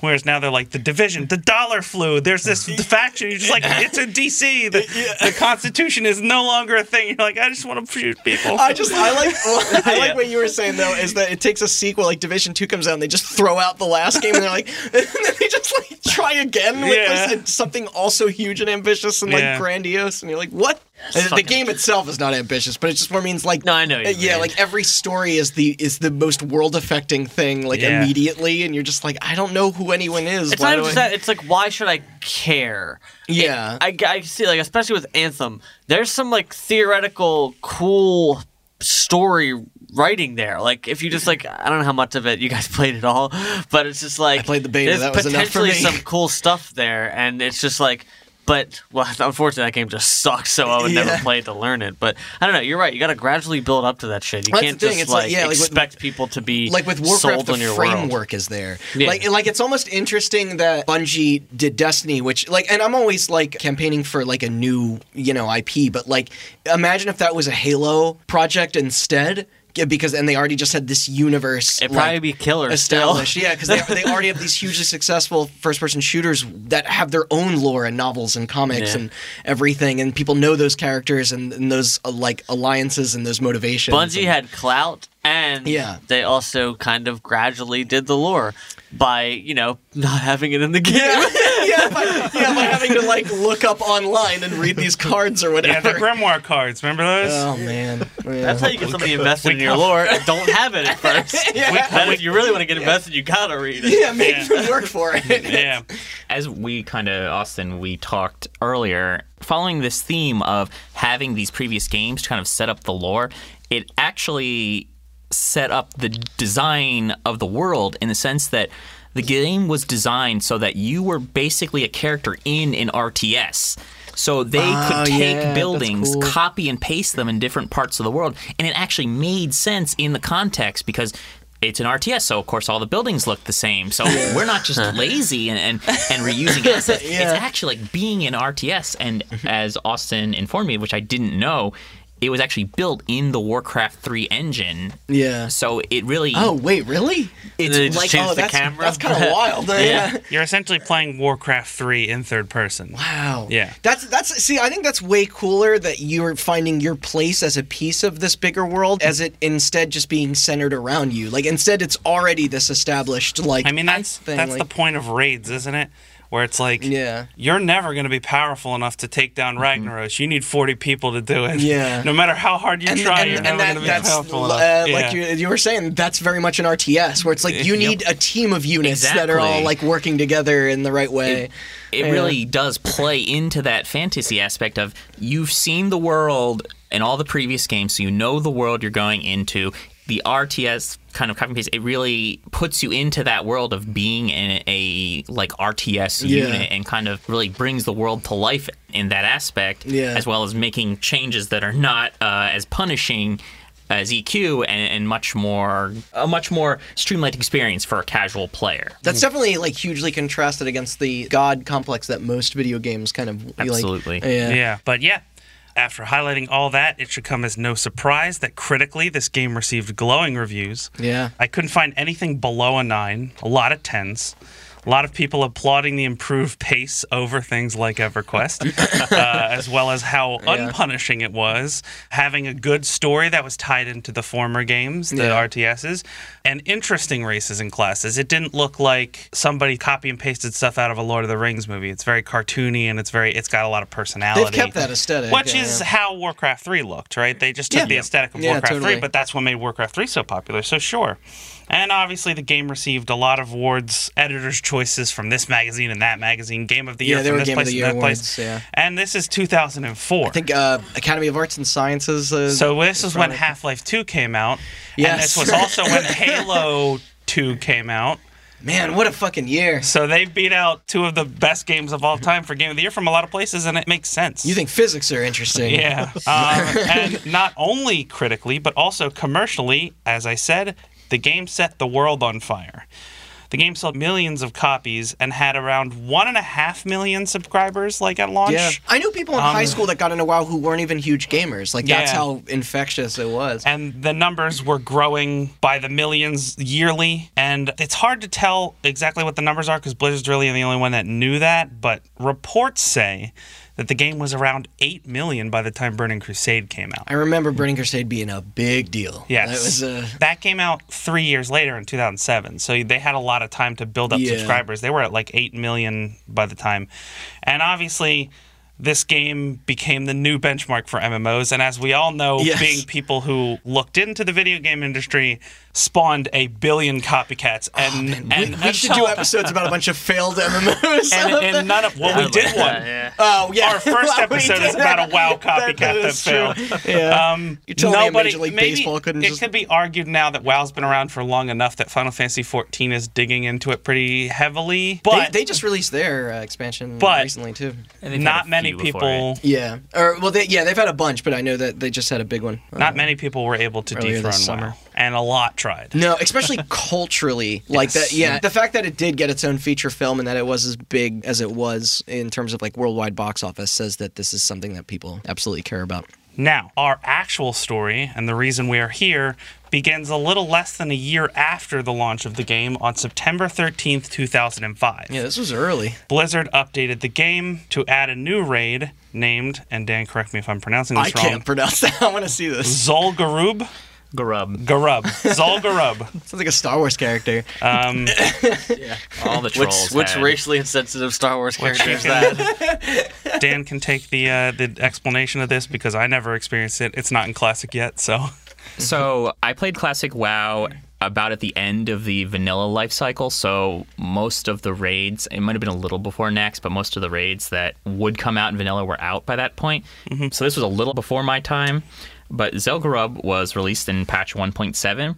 Whereas now they're like the division, the dollar flu. There's this faction. You're just like it's in DC. The, the Constitution is no longer a thing. You're like I just want to shoot people.
I just I like well, I like
Yeah.
what you were saying though is that it takes a sequel like Division Two comes out and they just throw out the last game and they're like and then they just like try again with
Yeah.
this- something also huge and ambitious and
Yeah.
like grandiose and you're like what And the
fucking-
game itself is not ambitious but it just more means like uh,
No, I know what you
yeah
mean.
like every story is the is the most world affecting thing like
Yeah.
immediately and you're just like I don't know who anyone is
It's
why
not
do
even just
I-"
that. It's like, why should I care?
yeah
I, I see, like, especially with Anthem, there's some, like, theoretical, cool story writing there. Like, if you just, like, I don't know how much of it you guys played at all, but it's just like, I
played the beta,
there's
that was enough for
potentially
me.
some cool stuff there, and it's just like, but, well, unfortunately, that game just sucks, so I would never
Yeah.
play it to learn it. But I don't know, you're right. You got to gradually build up to that shit. You
That's the
can't
thing,
just,
it's like-
like,
yeah, like with-
expect people to be
like with
sold
Warcraft,
on
the
your
framework
world.
is there.
Yeah.
Like, like it's almost interesting that Bungie did Destiny, which like, and I'm always like campaigning for like a new you know IP, but like, imagine if that was a Halo project instead, yeah, because and they already just had this universe.
It'd
like,
probably be killer still.
established, yeah, because they, they already have these hugely successful first-person shooters that have their own lore and novels and comics
Yeah.
and everything, and people know those characters and, and those uh, like alliances and those motivations.
Bungie
and-
had clout, and
Yeah.
they also kind of gradually did the lore by you know not having it in the game.
Yeah, yeah, by, yeah, by having to like look up online and read these cards or
yeah, the
whatever.
grimoire cards. Remember those?
oh man,
That's how you get somebody invested in your lore. and Don't have it at first. But if you really want to get invested, you gotta read it.
yeah, make them work for it.
yeah.
as we kind of Austin we talked earlier, following this theme of having these previous games to kind of set up the lore, it actually set up the design of the world in the sense that the game was designed so that you were basically a character in an RTS. So they
Oh,
could take
yeah, that's
buildings,
cool.
copy and paste them in different parts of the world, and it actually made sense in the context because it's an RTS, so of course all the buildings look the same. So we're not just lazy and, and, and reusing assets. It's actually like being in RTS, and
Mm-hmm.
as Austin informed me, which I didn't know, it was actually built in the Warcraft 3 engine.
Yeah.
So it really
Oh wait, really?
it's
They just
like
changed
oh,
the
that's
camera.
that's kind of wild. eh? yeah.
You're essentially playing Warcraft 3 in third person.
Wow.
Yeah.
That's that's see, I think that's way cooler that you're finding your place as a piece of this bigger world as it instead just being centered around you. Like instead it's already this established like
I mean, that's
thing,
that's
like,
the point of raids, isn't it? Where it's like,
Yeah. Mm-hmm.
you're never going to be powerful enough to take down Ragnaros. You need 40 people to do it.
Yeah.
No matter how hard you try, you're never going to be
that's
powerful
uh,
enough.
like you, you were saying that's very much an RTS where it's like you need a team of units that are all
Exactly.
like working together in the right way.
it
Yeah.
really does play into that fantasy aspect of you've seen the world in all the previous games, so you know the world you're going into. The RTS kind of copy and paste, it really puts you into that world of being in a like RTS
Yeah.
unit and kind of really brings the world to life in that aspect,
Yeah.
as well as making changes that are not uh, as punishing as EQ and, and much more a much more streamlined experience for a casual player.
That's definitely like hugely contrasted against the god complex that most video games kind of like-
Absolutely.
yeah.
Yeah, but yeah. After highlighting all that, it should come as no surprise that critically this game received glowing reviews.
Yeah.
I couldn't find anything below a 9, a lot of 10s. A lot of people applauding the improved pace over things like EverQuest, uh, as well as how unpunishing it was, having a good story that was tied into the former games, the
Yeah.
RTSs, and interesting races and classes. It didn't look like somebody copy and pasted stuff out of a Lord of the Rings movie. It's very cartoony and it's very it's got a lot of personality.
They've kept that aesthetic.
Which
yeah,
is
yeah.
how Warcraft 3 looked, right? They just took
Yeah.
the aesthetic of
Yeah,
Warcraft
totally.
3, but that's what made Warcraft 3 so popular. So, sure. And obviously, the game received a lot of awards, editor's choices from this magazine and that magazine, Game of the Year
Yeah, there
from
were
this
Game of the
place and
Year
that place.
awards, yeah.
And this is 2004.
I think uh, Academy of Arts and Sciences uh,
so, this was when
probably-
Half Life 2 came out. And
Yes.
this was also when Halo 2 came out.
Man, what a fucking year.
So they beat out two of the best games of all time for Game of the Year from a lot of places, and it makes sense.
You think physics are interesting?
Yeah. Um, and not only critically, but also commercially, as I said, the game set the world on fire. The game sold millions of copies and had around one and a half million subscribers, like at launch.
Yeah. I knew people in high school that got into WoW who weren't even huge gamers. Like that's
Um, Yeah.
how infectious it was.
and the numbers were growing by the millions yearly. And it's hard to tell exactly what the numbers are because Blizzard's really the only one that knew that. But reports say that the game was around 8 million by the time Burning Crusade came out.
I remember Burning Crusade being a big deal.
Yes.
That was uh, a
That came out three years later in 2007. So they had a lot of time to build up
Yeah.
subscribers. They were at like 8 million by the time. And obviously, this game became the new benchmark for MMOs. And as we all know,
Yes.
being people who looked into the video game industry spawned a billion copycats. And, and
Oh, we should do episodes about a bunch of failed MMOs.
and, and none of well, we did one.
oh yeah.
Our first
Wow, we
episode
did
is about a WoW
That-
copycat
that
that,
is true.
failed.
Yeah.
Um,
You're telling me a
nobody-
Major League
maybe
Baseball couldn't
It
just-
could be argued now that WoW's been around for long enough that Final Fantasy 14 is digging into it pretty heavily, but
they, they just released their uh, expansion
But-
recently too.
not many people.
Yeah. Or well, they, yeah, they've had a bunch, but I know that they just had a big one.
Not many people were able to
Earlier
dethrone
this summer.
WoW, and a lot tried.
No, especially culturally, like
Yes.
that. Yeah, the fact that it did get its own feature film and that it was as big as it was in terms of like worldwide box office says that this is something that people absolutely care about.
Now, our actual story and the reason we are here begins a little less than a year after the launch of the game on September 13th, 2005.
Yeah, this was early.
Blizzard updated the game to add a new raid named, and Dan, correct me if I'm pronouncing this
I
wrong,
can't pronounce that. I want to see this.
Zolgarub.
Grub.
Garub. Zol Garub.
Sounds like a Star Wars character.
Um,
All the
Which,
trolls.
which
had-
racially insensitive Star Wars character
you
is that?
Dan can take the uh, the explanation of this because I never experienced it. It's not in classic yet,
Oh,
so
So I played Classic WoW about at the end of the vanilla life cycle. So most of the raids, it might have been a little before next, but most of the raids that would come out in vanilla were out by that point.
Mm-hmm.
So this was a little before my time. But Zelgarub was released in patch 1.7,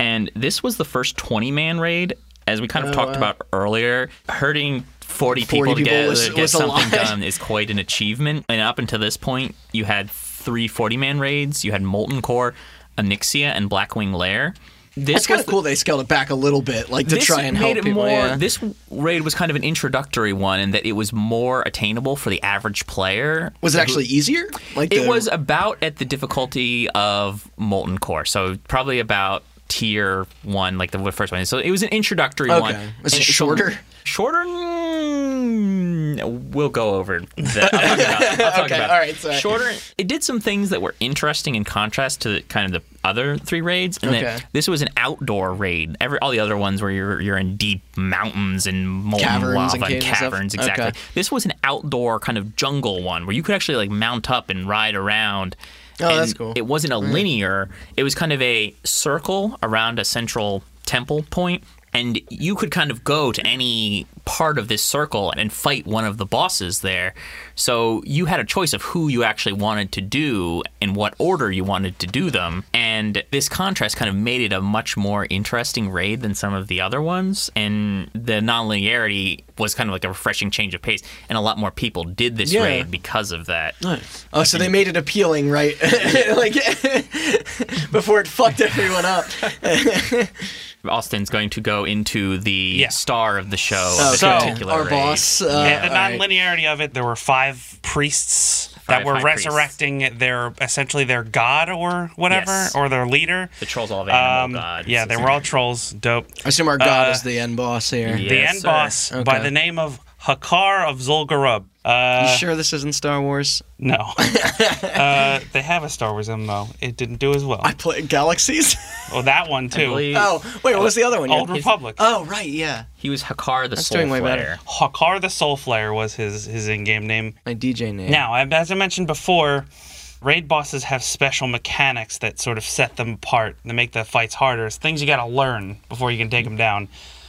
and this was the first 20 man raid. As we kind of talked about earlier, hurting 40 people,
40
to
Oh, people
get,
was-
get
was a
something
lot.
done um, is quite an achievement. And up until this point, you had three 40 man raids. You had Molten Core, Onyxia, and Blackwing Lair. This
It's kind
was
of
the-
cool they scaled it back a little bit, like to
this
try and
made
help
it
people.
more.
yeah.
This raid was kind of an introductory one, in that it was more attainable for the average player.
was it actually easier? Like
It
the-
was about at the difficulty of Molten Core, so probably about tier one, like the first one. So it was an introductory one.
Okay. Was it
And so-
shorter?
Shorter. Mm, we'll go over that. I'll talk about, I'll talk
Okay,
about
all right, sorry.
Shorter. It did some things that were interesting in contrast to kind of the other three raids, and then
Okay.
this was an outdoor raid. Every all the other ones where you're you're in deep mountains and molten
Caverns and
lava and,
caves and stuff?
caverns. Exactly.
Okay.
This was an outdoor kind of jungle one where you could actually like mount up and ride around.
Oh,
and
that's cool.
It wasn't a linear. It was kind of a circle around a central temple point, and you could kind of go to any part of this circle and fight one of the bosses there. So you had a choice of who you actually wanted to do and what order you wanted to do them. And this contrast kind of made it a much more interesting raid than some of the other ones. And the nonlinearity was kind of like a refreshing change of pace, and a lot more people did this
Yeah.
raid because of that.
Oh, so they made it appealing, right? like before it fucked everyone up.
Austin's going to go into the
Yeah.
star of the show.
Oh,
of this
So,
particular
our
raid.
boss. Uh,
and the
all right.
nonlinearity of it. There were five priests
Five
that were
high priests.
resurrecting their essentially their god or whatever
Yes.
or their leader.
The trolls all oh have animal
Um,
gods.
yeah, they were all trolls. Dope.
I assume our god
Uh,
is the end boss here.
yeah.
the
Yes,
end
sir.
boss by
Okay.
the name of Hakar of Zul'Garub. Uh,
You sure this isn't Star Wars?
No, uh, they have a Star Wars MMO. It didn't do as well.
I play Galaxies.
Oh, that one too.
believe-
oh, wait, what was the other one?
Old
Yeah.
Republic.
Oh, right, yeah.
He was Hakar the Soul
doing way better.
Flayer.
Hakar the Soul Flare was his his in-game name.
My DJ name.
Now, as I mentioned before, raid bosses have special mechanics that sort of set them apart, that make the fights harder. It's things you got to learn before you can take them down.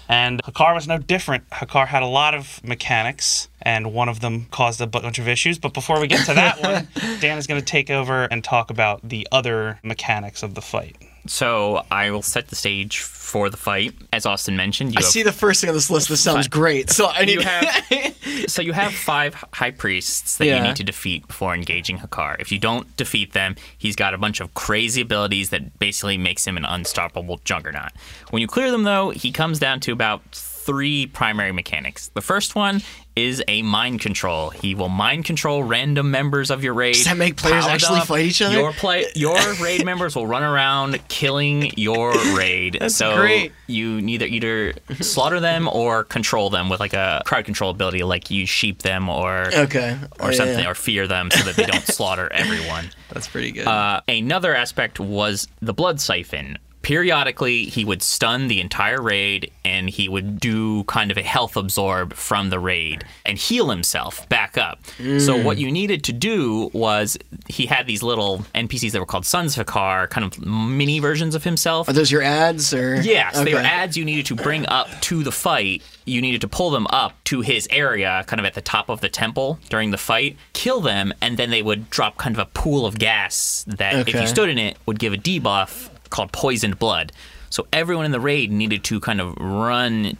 And Hakar was no different. Hakar had a lot of mechanics, and one of them caused a bunch of issues. But before we get to that one, Dan is going to take over and talk about the other mechanics of the fight.
So I will set the stage for the fight. As Austin mentioned, you
I
have
see the first thing on this list. This sounds great. So I need.
You have- so you have five high priests that you
Yeah.
need to defeat before engaging Hakkar. If you don't defeat them, he's got a bunch of crazy abilities that basically makes him an unstoppable juggernaut. When you clear them, though, he comes down to about three primary mechanics. The first one is a mind control. He will mind control random members of your raid.
Does that make players
power
actually
them up.
fight each other?
Your play, your raid members will run around killing your raid. so
great.
you neither either
Mm-hmm.
slaughter them or control them with like a crowd control ability, like you sheep them or
okay.
or
Yeah,
something,
yeah.
or fear them so that they don't slaughter everyone.
That's pretty good.
Uh, another aspect was the blood siphon. Periodically, he would stun the entire raid and he would do kind of a health absorb from the raid and heal himself back up. So,
Mm.
what you needed to do was he had these little NPCs that were called Sons of Hakar, kind of mini versions of himself.
Are those your ads or?
Yes, they were
Okay.
ads you needed to bring up to the fight. You needed to pull them up to his area, kind of at the top of the temple during the fight, kill them, and then they would drop kind of a pool of gas that, if
Okay.
you stood in it, would give a debuff called poisoned blood. So everyone in the raid needed to kind of run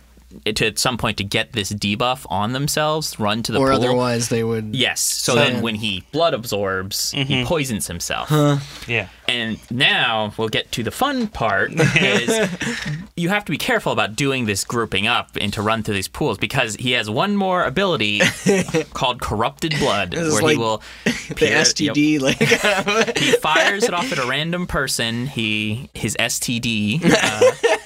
to at some point to get this debuff on themselves, run to the
Or
pool.
otherwise they would.
Yes. So,
So-
then when he blood absorbs, he poisons himself.
Yeah.
And now we'll get to the fun part is you have to be careful about doing this grouping up and to run through these pools because he has one more ability called corrupted blood
is
where he
like
will
The
Yep.
STD like.
he fires it off at a random person he his STD uh,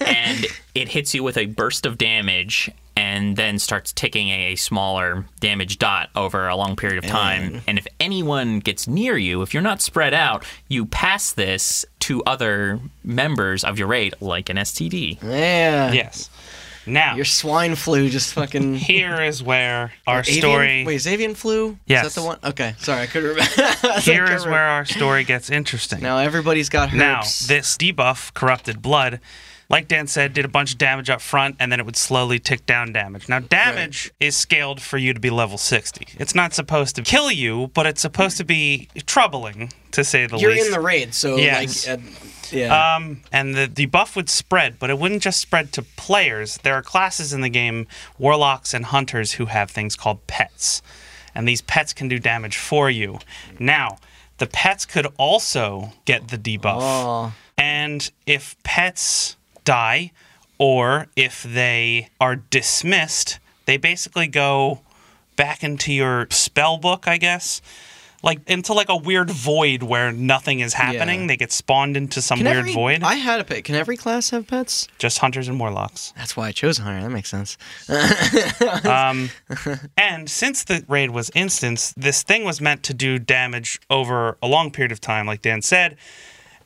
and it hits you with a burst of damage and then starts ticking a smaller damage dot over a long period of time. And if anyone gets near you, if you're not spread out, you pass this to other members of your raid, like an STD.
yeah.
Yes. Now
Your swine flu just fucking.
here is where our
Avian-
story
Wait, is avian flu?
Yes.
Is that the one? Okay, sorry, I couldn't remember.
here is where our story gets interesting.
Now everybody's got herpes.
Now, this debuff, Corrupted Blood, like Dan said, did a bunch of damage up front and then it would slowly tick down damage. Now, damage is scaled for you to be level 60. It's not supposed to kill you, but it's supposed to be troubling, to say the
You're
least.
in the raid, so
Yes.
like, uh, yeah.
Um, and the, the buff would spread, but it wouldn't just spread to players. There are classes in the game, warlocks and hunters, who have things called pets. And these pets can do damage for you. Now, the pets could also get the debuff.
Oh.
And if pets die, or if they are dismissed, they basically go back into your spell book, I guess. Like into like a weird void where nothing is happening. They get spawned into some
Can
weird
every-
void.
I had a pet. Can every class have pets?
Just hunters and warlocks.
That's why I chose hunter. That makes sense.
Um, and since the raid was instance, this thing was meant to do damage over a long period of time, like Dan said.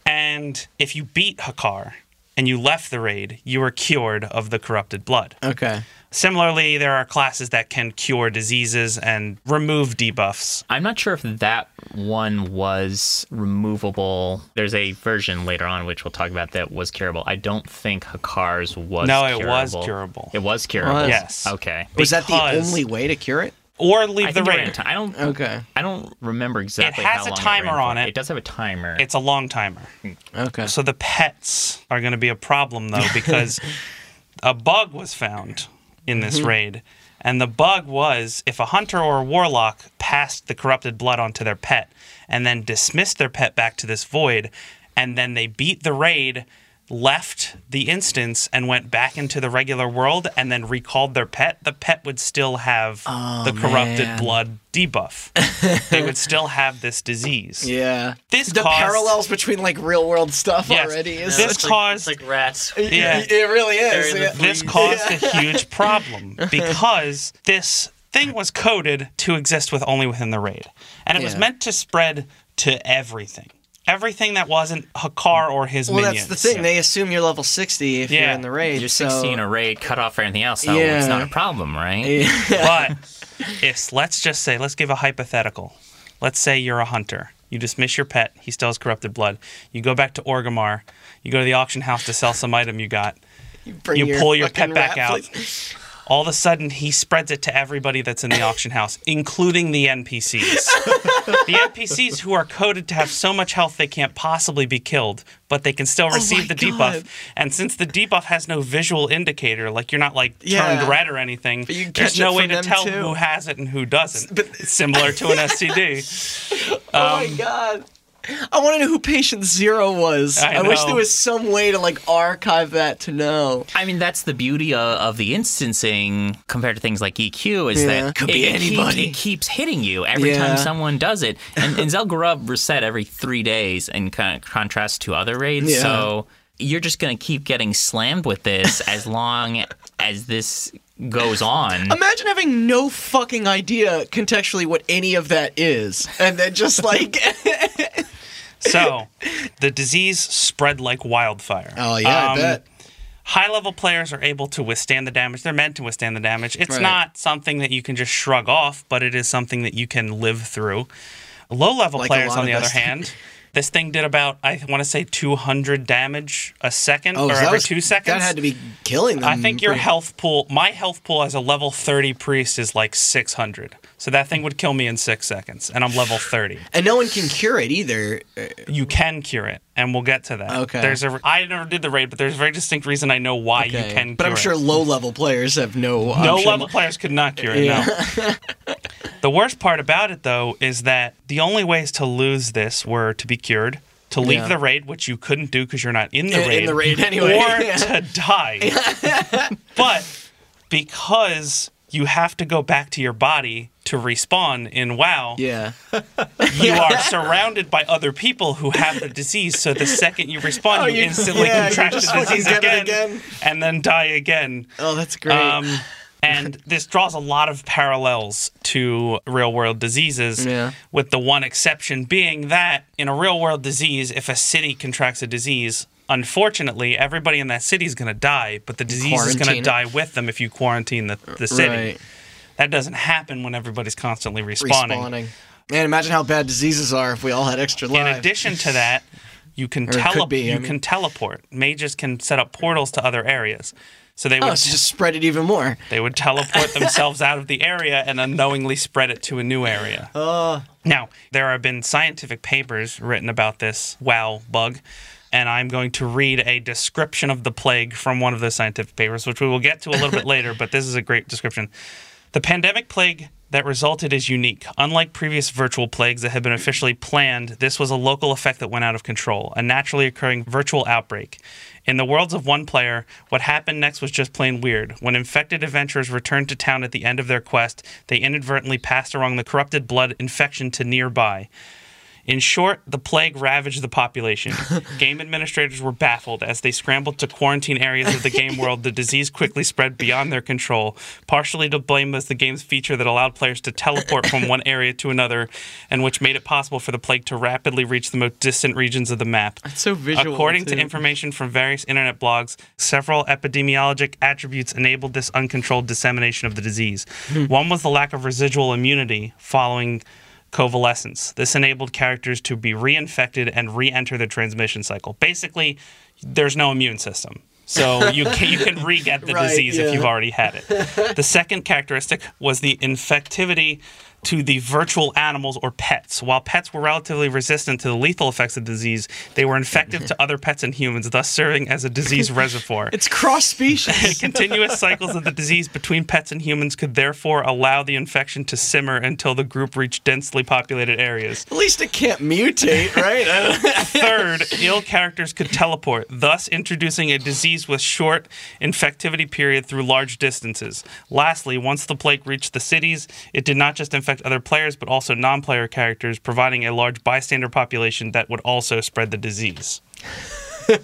And if you beat Hakar and you left the raid, you were cured of the corrupted blood.
Okay.
Similarly, there are classes that can cure diseases and remove debuffs.
I'm not sure if that one was removable. There's a version later on which we'll talk about that was curable. I don't think Hakar's was
No, it
curable.
was curable.
It was curable.
Was.
Yes.
Okay.
Was that the
Because-
only way to cure it?
Or leave
I
the
think it ran
raid.
a ti- I don't
Okay.
I don't remember exactly
has
how
a
long
timer
it ran for.
on it.
It does have a timer.
It's a long timer.
Okay.
So the pets are going to be a problem though because a bug was found in this raid. And the bug was if a hunter or a warlock passed the corrupted blood onto their pet and then dismissed their pet back to this void, and then they beat the raid, left the instance, and went back into the regular world, and then recalled their pet, the pet would still have the corrupted
man.
blood debuff. they would still have this disease.
yeah.
This
the
caused-
parallels between like real world stuff
Yes.
already is.
This
It's like-
caused-
it's like rats.
Yeah.
It, it really is.
in the
yeah.
this caused a huge problem because this thing was coded to exist with only within the raid and it was
Yeah.
meant to spread to everything everything that wasn't Hakkar or his
well,
minions
that's the thing. They assume you're level 60 if you're
Yeah.
in the raid.
you're
so-
16 or raid cut off or anything else. So
Yeah.
it's not a problem, right?
but if let's just say let's give a hypothetical let's say you're a hunter you dismiss your pet he still has corrupted blood you go back to Orgrimmar you go to the auction house to sell some item you got
Bring
you pull your
fucking
pet back
rat,
out.
please.
all of a sudden he spreads it to everybody that's in the auction house, including the NPCs. the NPCs who are coded to have so much health they can't possibly be killed, but they can still receive the
Oh God.
debuff. And since the debuff has no visual indicator, like you're not like turned
Yeah.
red or anything,
you can
there's
catch
no
it
way
from
to
them,
tell
too.
who has it and who doesn't. It's similar to an STD.
oh
Um,
my god.
I want to know who patient zero was.
I
I, wish
know.
there was some way to like archive that to know.
I mean, that's the beauty of, of the instancing compared to things like EQ is
Yeah.
that
Could be
it, it keeps-
anybody.
it keeps hitting you every
Yeah.
time someone does it. And, and Zelgrub reset every three days in con- contrast to other raids.
Yeah.
So you're just going to keep getting slammed with this as long as this goes on.
Imagine having no fucking idea contextually what any of that is, and then just like,
So the disease spread like wildfire.
Oh,
Um, high level players are able to withstand the damage. They're meant to withstand the damage. It's
Right.
not something that you can just shrug off, but it is something that you can live through. Low level
Like a
players,
lot
on the
of
other
us.
hand, this thing did about, I want to say, 200 damage a second
Oh,
or
so that
every
was-
two seconds.
That had to be killing them.
I think your health pool, my health pool as a level 30 priest is like 600. So that thing would kill me in six seconds, and I'm level 30.
and no one can cure it either. Uh,
You can cure it, and we'll get to that.
Okay.
There's a. I never did the raid, but there's a very distinct reason I know why you can.
but I'm
cure
sure
it.
low level players have no.
No
option.
level players could not cure it. No. the worst part about it, though, is that the only ways to lose this were to be cured, to leave
Yeah.
the raid, which you couldn't do because you're not in the
In- in
raid,
the raid anyway.
or
Yeah.
to die. but because you have to go back to your body to respawn in WoW,
Yeah.
you are surrounded by other people who have the disease. So the second you respawn,
Oh,
you,
you-
instantly
yeah, you
contract
just
the
fucking
disease
get
again,
it again.
and then die again.
Oh, that's great.
Um, and this draws a lot of parallels to real world diseases,
Yeah.
with the one exception being that in a real world disease, if a city contracts a disease, unfortunately, everybody in that city is going to die, but the disease is going
Quarantine
to
it.
die with them if you quarantine the, the city.
Right.
That doesn't happen when everybody's constantly respawning.
Respawning. Man, imagine how bad diseases are if we all had extra
In
lives.
addition to that, you can,
it
tele-
could be, I
you
mean-
can teleport. Mages can set up portals to other areas. So they would
oh, so just spread it even more.
They would teleport themselves out of the area and unknowingly spread it to a new area. Now, there have been scientific papers written about this wow bug, and I'm going to read a description of the plague from one of those scientific papers, which we will get to a little bit later, but this is a great description. The pandemic plague that resulted is unique. Unlike previous virtual plagues that had been officially planned, this was a local effect that went out of control, a naturally occurring virtual outbreak. In the worlds of one player, what happened next was just plain weird. When infected adventurers returned to town at the end of their quest, they inadvertently passed along the corrupted blood infection to nearby. In short, the plague ravaged the population. game administrators were baffled as they scrambled to quarantine areas of the game world. The disease quickly spread beyond their control. Partially to blame was the game's feature that allowed players to teleport from one area to another, and which made it possible for the plague to rapidly reach the most distant regions of the map. That's
so visual,
According to
too.
information from various internet blogs, several epidemiologic attributes enabled this uncontrolled dissemination of the disease.
Hmm.
One was the lack of residual immunity following convalescence. This enabled characters to be reinfected and re-enter the transmission cycle. Basically, there's no immune system. So you can, you can re-get the
Right,
disease if
yeah.
you've already had it. The second characteristic was the infectivity to the virtual animals or pets. While pets were relatively resistant to the lethal effects of disease, they were infective to other pets and humans, thus serving as a disease reservoir.
It's cross species.
Continuous cycles of the disease between pets and humans could therefore allow the infection to simmer until the group reached densely populated areas.
At least it can't mutate, right? I don't-
Third, ill characters could teleport, thus introducing a disease with short infectivity period through large distances. Lastly, once the plague reached the cities, it did not just infect other players but also non-player characters, providing a large bystander population that would also spread the disease.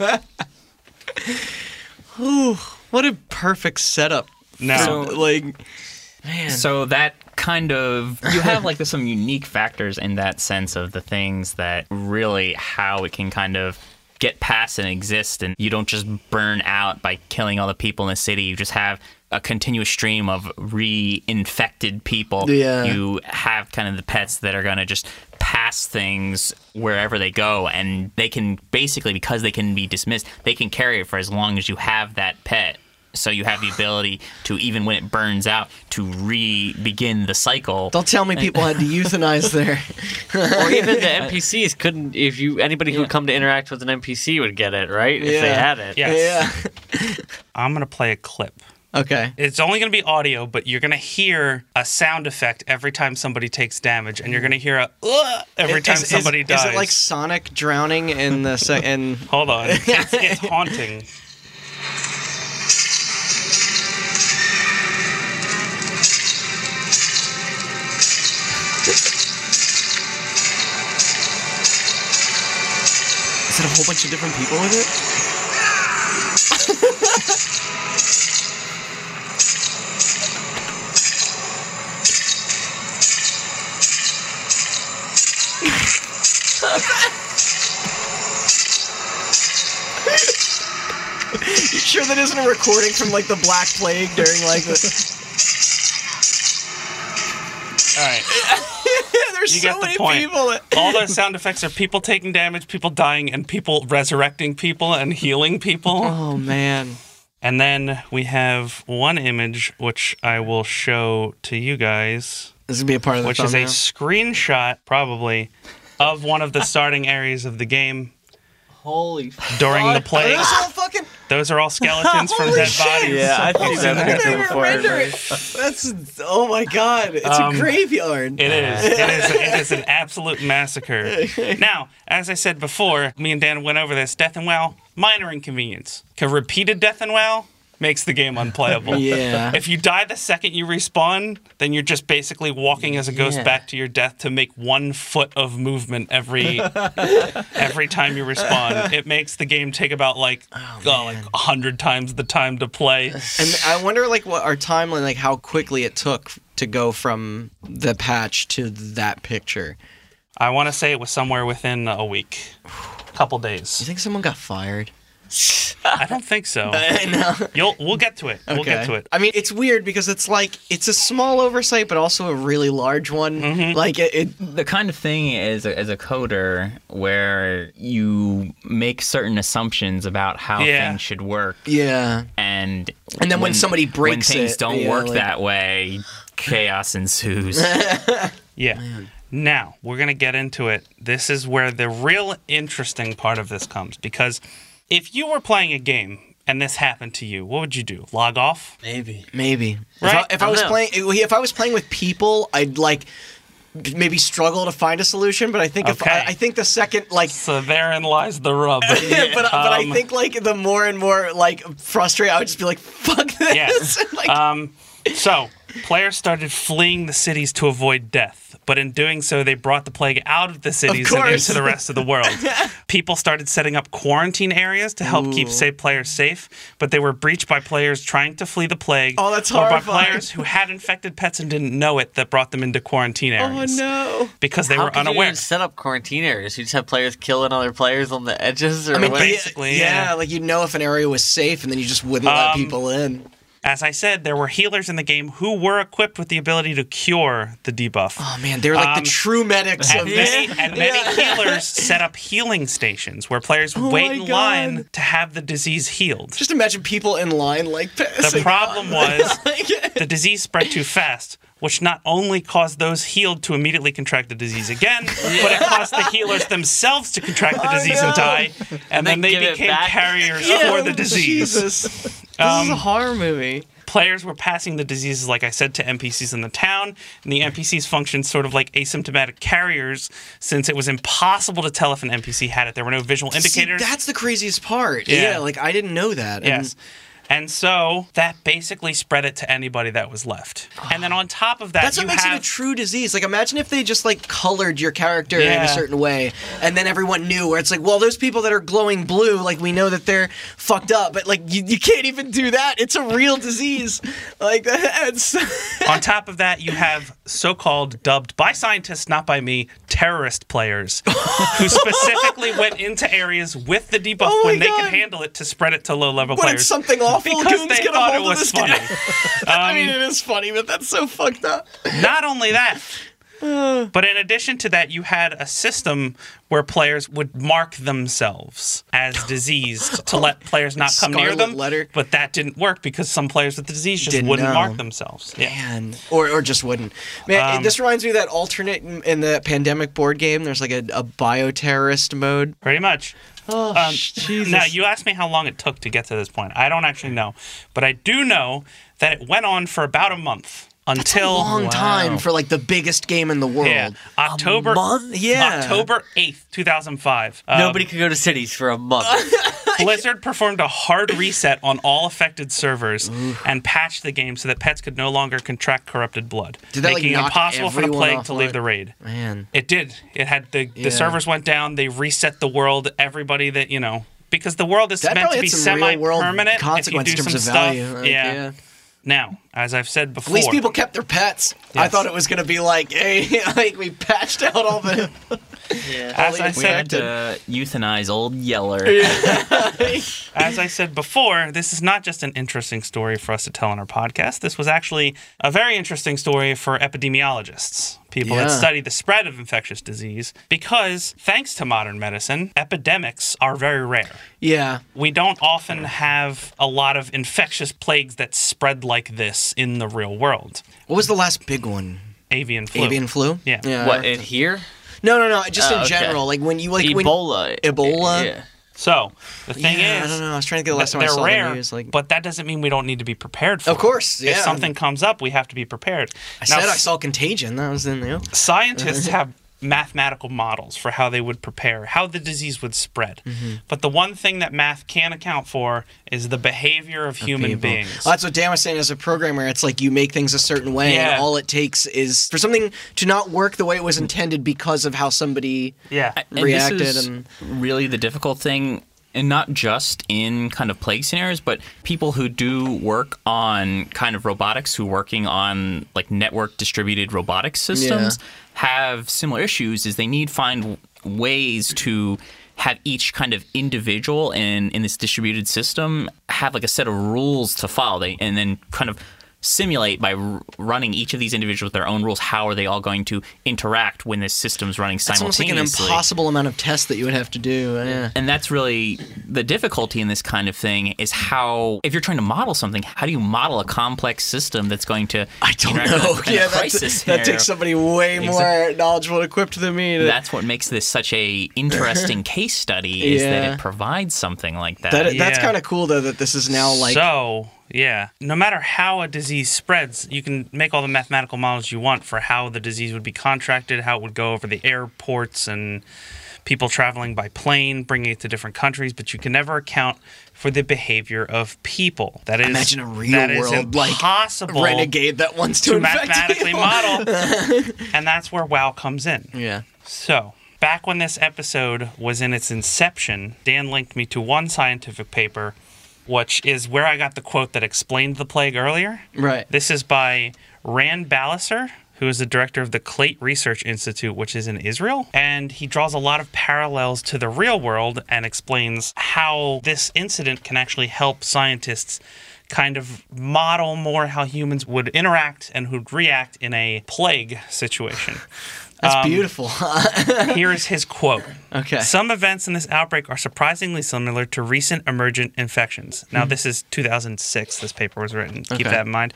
What a perfect setup.
Now,
So, like,
So that kind of you have like there's some unique factors in that sense of the things that really how it can kind of get past and exist and you don't just burn out by killing all the people in the city. You just have a continuous stream of re-infected people.
Yeah.
You have kind of the pets that are gonna just pass things wherever they go and they can basically because they can be dismissed, they can carry it for as long as you have that pet. so you have the ability to even when it burns out to re begin the cycle.
Don't tell me people had to euthanize their.
or even the NPCs couldn't. If you anybody who would come to interact with an NPC would get it right if they
Yeah.
had it.
Yeah.
Yeah.
I'm going to play a clip.
Okay.
It's only going to be audio, but you're going to hear a sound effect every time somebody takes damage, and you're going to hear a Ugh! every time
Is- is-
somebody
is,
dies.
it like Sonic drowning in the se- in?
Hold on, it's, it's haunting.
Is it a whole bunch of different people with it? You sure that isn't a recording from like the Black Plague during like the.
All right,
There's
you
so
got the
many
point.
people. That...
All those sound effects are people taking damage, people dying, and people resurrecting people and healing people.
Oh man.
And then we have one image which I will show to you guys.
This is gonna be a part of the
which is a
thumbnail.
screenshot, probably, of one of the starting areas of the game
Holy. F-
during the
Oh,
plague.
this whole fucking.
Those are all skeletons from
Holy
dead
shit!
bodies.
yeah, I've seen
I
that
didn't
picture
even
before.
render
everybody.
it. That's oh my god! It's
Um,
a graveyard.
It is. It is. It is an absolute massacre. Now, as I said before, me and Dan went over this. Death and Wow, minor inconvenience. 'Cause Repeated Death and Wow makes the game unplayable.
yeah.
If you die the second you respawn, then you're just basically walking as a ghost
Yeah.
back to your death to make one foot of movement every every time you respawn. It makes the game take about like oh, like hundred times the time to play.
And I wonder, like, what our timeline, like, how quickly it took to go from the patch to that picture.
I want to say it was somewhere within a week, couple
You
days.
think someone got fired?
I don't think so.
no.
You'll we'll get to it. We'll get to it.
I mean, it's weird because it's like it's a small oversight, but also a really large one.
Mm-hmm.
Like it, it
the kind of thing is as a coder where you make certain assumptions about how
Yeah.
things should work
yeah.
and
And then when somebody
when
breaks
things
it,
don't
yeah,
work
like-
that way chaos ensues
Yeah. Now we're going to get into it. This is where the real interesting part of this comes because if you were playing a game and this happened to you, what would you do? Log off?
Maybe.
Maybe.
Right?
If I, if I
I
was
know.
playing, if I was playing with people, I'd like maybe struggle to find a solution. But I think if
Okay.
I, I think the second like.
So therein lies the rub.
but but I
Um,
think like the more and more like frustrated, I would just be like, "Fuck
Yeah.
this!" like,
Um, so, players started fleeing the cities to avoid death, but in doing so, they brought the plague out of the cities and
course.
into the rest of the world. People started setting up quarantine areas to help keep
Ooh.
safe players safe, but they were breached by players trying to flee the plague,
Oh, that's
or by
horrifying.
players who had infected pets and didn't know it that brought them into quarantine
oh
areas
no!
because they
How
were
could you
unaware.
even set up quarantine areas. You just have players killing other players on the edges, or
I mean,
what?
basically,
yeah,
yeah.
like you know if an area was safe, and then you just wouldn't let
Um,
people in.
As I said, there were healers in the game who were equipped with the ability to cure the debuff.
Oh man, they're like
um,
the true medics of
And many,
this.
and many healers set up healing stations where players would wait
Oh my
in
God.
line to have the disease healed.
Just imagine people in line like
The
passing.
problem was
like,
the disease spread too fast, which not only caused those healed to immediately contract the disease again, but it caused the healers themselves to contract the disease and
no.
die, and, then they
give it
became
back.
carriers
Yeah,
for the disease.
Jesus. This is
Um,
a horror movie.
players were passing the diseases, like I said, to NPCs in the town, and the NPCs functioned sort of like asymptomatic carriers since it was impossible to tell if an NPC had it. There were no visual indicators.
See, that's the craziest part.
Yeah.
Yeah. like I didn't know that. And
Yes. And so that basically spread it to anybody that was left. And then on top of that,
That's
you
what makes
have
it a true disease. Like imagine if they just like colored your character in
Yeah.
a certain way and then everyone knew where it's like, well, those people that are glowing blue, like we know that they're fucked up, but like you, you can't even do that. It's a real disease. Like that's
on top of that, you have so-called dubbed by scientists, not by me, terrorist players who specifically went into areas with the debuff
Oh my
when they could
God.
handle it to spread it to low-level
when
players.
it's something awful,
because
goons
they
get a
thought
hold
it
of
was
this
funny.
Um, guy. I mean it is funny, but that's so fucked up.
Not only that, But in addition to that, you had a system where players would mark themselves as diseased to let players not come near
Scarlet
them.
letter.
But that didn't work because some players with the disease just
Didn't
wouldn't
know.
mark themselves. Yeah.
Man, or or just wouldn't. Man, this reminds me of that alternate in, in the pandemic board game. There's like a, a bioterrorist mode.
Pretty much.
Oh,
Um, Now, you asked me how long it took to get to this point. I don't actually know, but I do know that it went on for about a month until
long
Wow.
time for like the biggest game in the world.
yeah, October
month?
Yeah.
October eighth, two thousand five. Uh,
Nobody could go to cities for a month.
Blizzard performed a hard reset on all affected servers and patched the game so that pets could no longer contract corrupted blood,
Did that, like,
making it
knock
impossible for the
everyone
plague
off
to leave
what-
the raid.
Man,
It did. It had the
Yeah.
the servers went down. They reset the world. Everybody that you know. Because the world is
That
meant
probably had
to be
some real world
semi-permanent. If you
consequence
do
in terms
some
of
stuff,
value. Like,
yeah.
yeah.
Now, as I've said
At
before,
least people kept their pets. I
Yes.
thought it was gonna be like, hey, like we patched out all the.
as I
We
We
said,
had to euthanize old Yeller.
as I said before, this is not just an interesting story for us to tell on our podcast. This was actually a very interesting story for epidemiologists, people that
Yeah.
study the spread of infectious disease, because thanks to modern medicine, epidemics are very rare.
yeah.
We don't often have a lot of infectious plagues that spread like this in the real world.
What was the last big one?
Avian flu.
Avian flu.
Yeah.
what
Uh,
in here?
No, no, no. Just
Oh,
in
okay.
general, like when you like when.
Ebola.
Ebola?
Yeah.
So the thing
yeah, I
is,
don't know. I was trying to get the last time I
they're
saw
rare,
the news. Like,
but that doesn't mean we don't need to be prepared for
Of
it.
course, yeah.
If something comes up, we have to be prepared.
I said I saw Contagion. That was in there.
scientists have mathematical models for how they would prepare, how the disease would spread.
Mm-hmm.
But the one thing that math can account for is the behavior of human
people.
beings.
Well, that's what Dan was saying as a programmer. It's like you make things a certain way,
Yeah.
and all it takes is for something to not work the way it was intended because of how somebody.
yeah.
And
reacted
this is
and-
really the difficult thing and not just in kind of plague scenarios but people who do work on kind of robotics who working on like network distributed robotics systems have similar issues is they need to find ways to have each kind of individual in in this distributed system have like a set of rules to follow they, and then kind of simulate by r- running each of these individuals with their own rules how are they all going to interact when this system's running
It's almost like
simultaneously
an impossible amount of tests that you would have to do. Yeah.
and that's really the difficulty in this kind of thing is how if you're trying to model something how do you model a complex system that's going to
I don't
interact with
know.
a kind
Yeah,
of crisis
that's, that
here?
takes somebody way more knowledgeable and equipped than me. To,
that's what makes this such a interesting case study is
Yeah.
that it provides something like that,
that, That's
uh, Yeah.
kind of cool though. That this is now like.
so, yeah. No matter how a disease spreads, you can make all the mathematical models you want for how the disease would be contracted, how it would go over the airports and people traveling by plane, bringing it to different countries, but you can never account for the behavior of people. That is
Imagine a real
that is
world like
impossible
renegade that wants to,
to
infect
mathematically
people.
model. and that's where WoW comes in.
Yeah.
So, back when this episode was in its inception, Dan linked me to one scientific paper, which is where I got the quote that explained the plague earlier.
Right.
This is by Rand Balliser, who is the director of the Clayt Research Institute, which is in Israel. And he draws a lot of parallels to the real world and explains how this incident can actually help scientists kind of model more how humans would interact and would react in a plague situation.
That's
Um,
beautiful.
Here is his quote.
Okay.
Some events in this outbreak are surprisingly similar to recent emergent infections. Now, this is 2006, this paper was written. Keep
Hmm. Okay.
that in mind.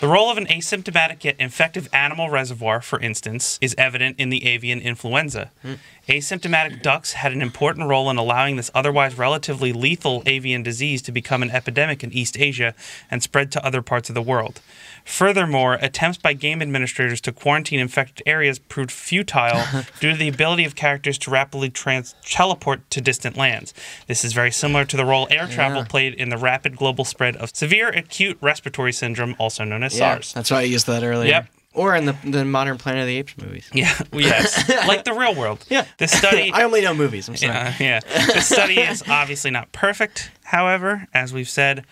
The role of an asymptomatic yet infective animal reservoir, for instance, is evident in the avian influenza.
Hmm.
Asymptomatic ducks had an important role in allowing this otherwise relatively lethal avian disease to become an epidemic in East Asia and spread to other parts of the world. Furthermore, attempts by game administrators to quarantine infected areas proved futile due to the ability of characters to rapidly trans- teleport to distant lands. This is very similar to the role air travel played in the rapid global spread of severe acute respiratory syndrome, also known as
Yeah,
SARS.
That's why I used that earlier.
Yep.
Or in the, the modern Planet of the Apes movies.
Yeah, yes, like the real world.
Yeah.
This study
I only know movies. I'm sorry.
Yeah, yeah. The study is obviously not perfect. However, as we've said,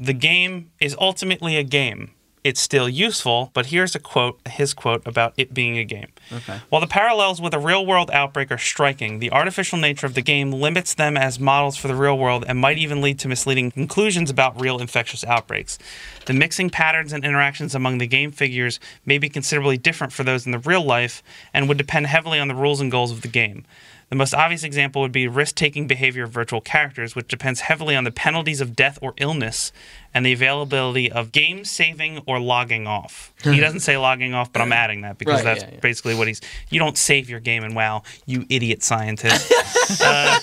the game is ultimately a game. It's still useful, but here's a quote, his quote about it being a game. Okay. While the parallels with a real world outbreak are striking, the artificial nature of the game limits them as models for the real world and might even lead to misleading conclusions about real infectious outbreaks. The mixing patterns and interactions among the game figures may be considerably different for those in the real life and would depend heavily on the rules and goals of the game. The most obvious example would be risk taking behavior of virtual characters, which depends heavily on the penalties of death or illness and the availability of game saving or logging off. he doesn't say logging off, but I'm adding that because
Hmm. Right,
that's
yeah, yeah.
basically what he's. You don't save your game in WoW, you idiot scientist. Uh,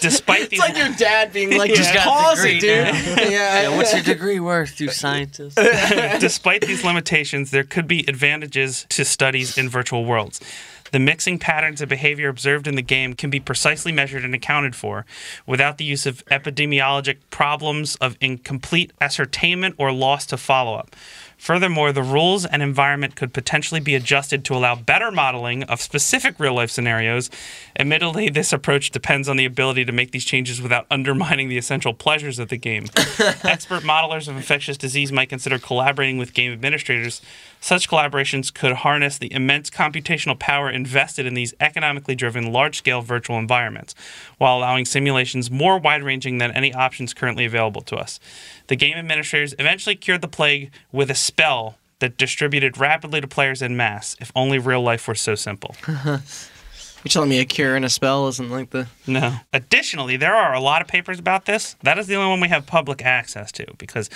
despite these.
It's like your dad being like, just
got a
pause it,
degree
dude. Yeah.
Yeah, what's your degree worth, you scientist?
Despite these limitations, there could be advantages to studies in virtual worlds. The mixing patterns of behavior observed in the game can be precisely measured and accounted for without the use of epidemiologic problems of incomplete ascertainment or loss to follow up. Furthermore, the rules and environment could potentially be adjusted to allow better modeling of specific real life scenarios. Admittedly, this approach depends on the ability to make these changes without undermining the essential pleasures of the game. Expert modelers of infectious disease might consider collaborating with game administrators. Such collaborations could harness the immense computational power invested in these economically driven large scale virtual environments, while allowing simulations more wide ranging than any options currently available to us. The game administrators eventually cured the plague with a spell that distributed rapidly to players en masse, if only real life were so simple.
You're telling me a cure and a spell isn't like the.
No. Additionally, there are a lot of papers about this. That is the only one we have public access to because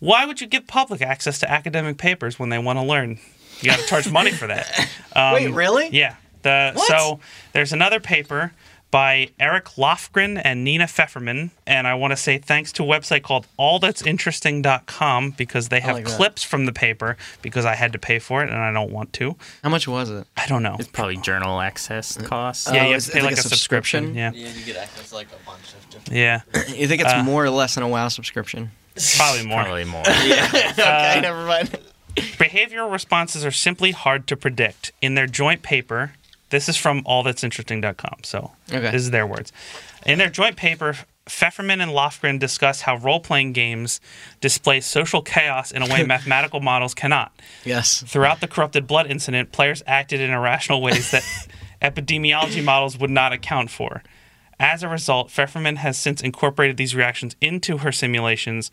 why would you give public access to academic papers when they want to learn? You got to charge money for that. Um,
Wait, really?
Yeah. The, So there's another paper by Eric Lofgren and Nina Pfefferman. And I want to say thanks to a website called allthat'sinteresting.com because they have
like that.
clips from the paper because I had to pay for it and I don't want to.
How much was it?
I don't know.
Probably journal access costs.
yeah, you have
Oh, is
to
it
pay
like
like,
a
a subscription.
subscription?
Yeah, you get access to like a bunch of different.
Yeah. Yeah.
You think it's
Uh,
more or less than a WoW subscription?
Probably more.
Probably more.
Uh,
okay, never mind.
Behavioral responses are simply hard to predict. In their joint paper, this is from allthat'sinteresting.com, so
Okay.
this is their words. In their joint paper, Pfefferman and Lofgren discuss how role playing games display social chaos in a way mathematical models cannot.
Yes.
Throughout the corrupted blood incident, players acted in irrational ways that epidemiology models would not account for. As a result, Pfefferman has since incorporated these reactions into her simulations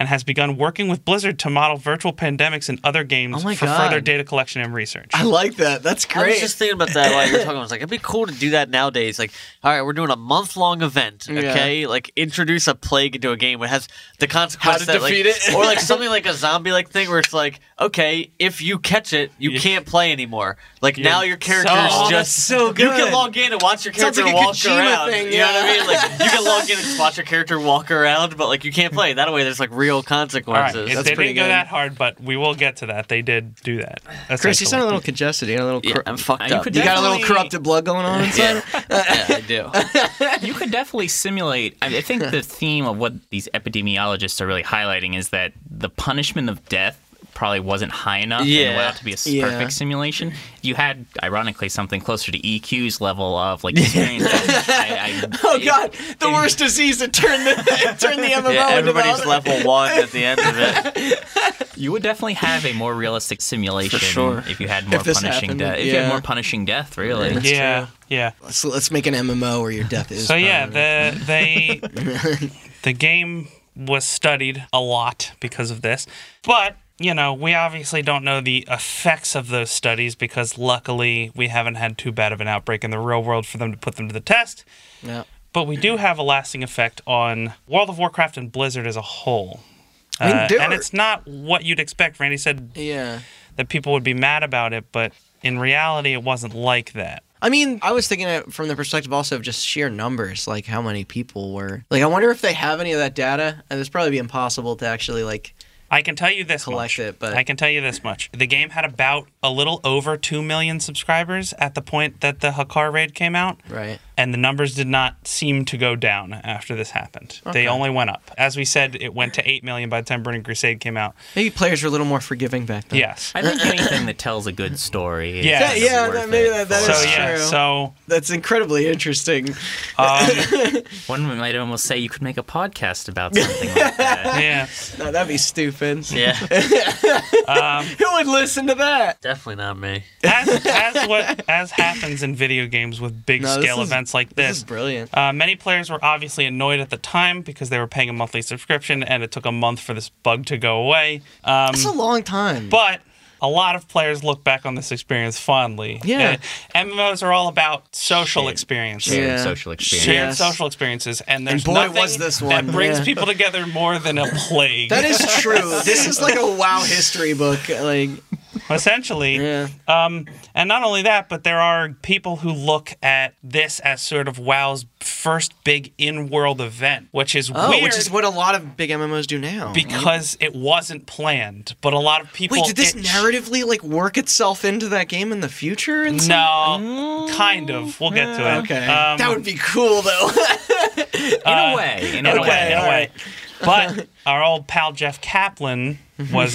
and has begun working with Blizzard to model virtual pandemics in other games
Oh my
for
God.
further data collection and research.
I like that. That's
I
great.
was just thinking about that while you were talking. I was like, it'd be cool to do that nowadays. Like, all right, we're doing a month long event,
Yeah.
okay? Like, introduce a plague into a game that has the consequence
to
that, like,
defeat it.
or like something like a zombie like thing where it's like, okay, if you catch it, you
Yeah.
can't play anymore. Like now your character
Oh,
is
that's
just
so
You
good.
can log in and watch your
Sounds
character
like a
walk
Kojima
around.
thing,
You know what
yeah.
I mean? Like you can log in and watch your character walk around, but like you can't play. That way, there's like real
All right,
consequences.
it-
That's
they
pretty
didn't go
good.
that hard, but we will get to that. They did do that.
Chris, you
essentially.
sound a little congested. You got a little.
yeah,
cor-
I'm fucked
You
up.
could
you
dude.
got a little
Definitely-
corrupted blood going on inside.
yeah. yeah, I do.
you could definitely simulate. I, I think the theme of what these epidemiologists are really highlighting is that the punishment of death probably wasn't high enough in
Yeah.
WoW to be a s-
Yeah.
perfect simulation. You had, ironically, something closer to EQ's level of like experience. I, I,
Oh God, the worst disease that turned the it turned the MMO
Yeah,
into
everybody's
that.
level one at the end of it.
You would definitely have a more realistic simulation
sure.
if you had more
If this
punishing
happened,
death. If you
yeah.
had more punishing death, really.
Yeah, yeah.
Let's, let's make an MMO where your death is.
So yeah,
permanent.
the they the game was studied a lot because of this. But, you know, we obviously don't know the effects of those studies because luckily we haven't had too bad of an outbreak in the real world for them to put them to the test.
Yeah.
But we do have a lasting effect on World of Warcraft and Blizzard as a whole.
I mean,
Uh,
there
and
are-
it's not what you'd expect. Randy said
Yeah.
that people would be mad about it, but in reality, it wasn't like that.
I mean, I was thinking it from the perspective also of just sheer numbers, like how many people were. Like, I wonder if they have any of that data. And it's probably be impossible to actually like.
I can tell you this
Collect
much.
it, but-
I can tell you this much. The game had about a little over 2 million subscribers at the point that the Hakkar raid came out.
Right.
and the numbers did not seem to go down after this happened. They only went up. As we said, it went to 8 million by the time Burning Crusade came out.
Maybe players were a little more forgiving back then.
Yes.
I think anything that tells a good story. Is
Yeah,
Yeah. That's
yeah,
worth
that, maybe
it
that, that
for-
So
is
yeah,
true.
so
That's incredibly interesting.
um,
One might almost say you could make a podcast about something like that.
yeah.
No, that'd be stupid.
Yeah,
Who would listen to that?
definitely not me.
As, as what as happens in video games with big
No, this
scale
is-
events like
This is
this,
brilliant.
Uh, many players were obviously annoyed at the time because they were paying a monthly subscription and it took a month for this bug to go away. Um,
That's a long time.
but a lot of players look back on this experience fondly.
Yeah.
Uh, MMOs are all about social experiences.
Shared
Yeah.
social experience.
Shared
Yes.
social experiences, and there's
boy,
nothing
was this one.
that brings
Yeah.
people together more than a plague.
that is true. this is like a wow history book. Like,
essentially.
yeah.
Um, and not only that, but there are people who look at this as sort of WoW's first big in-world event, which is
Oh,
weird.
which is what a lot of big MMOs do now.
because it wasn't planned. But a lot of people.
Wait, did this
it-
narratively like work itself into that game in the future? And some-
No, kind of. We'll get to it.
Mm. Okay.
Um,
that would be cool though.
In
uh,
a way. In a
in a
way.
way, in a
all
way. But our old pal Jeff Kaplan was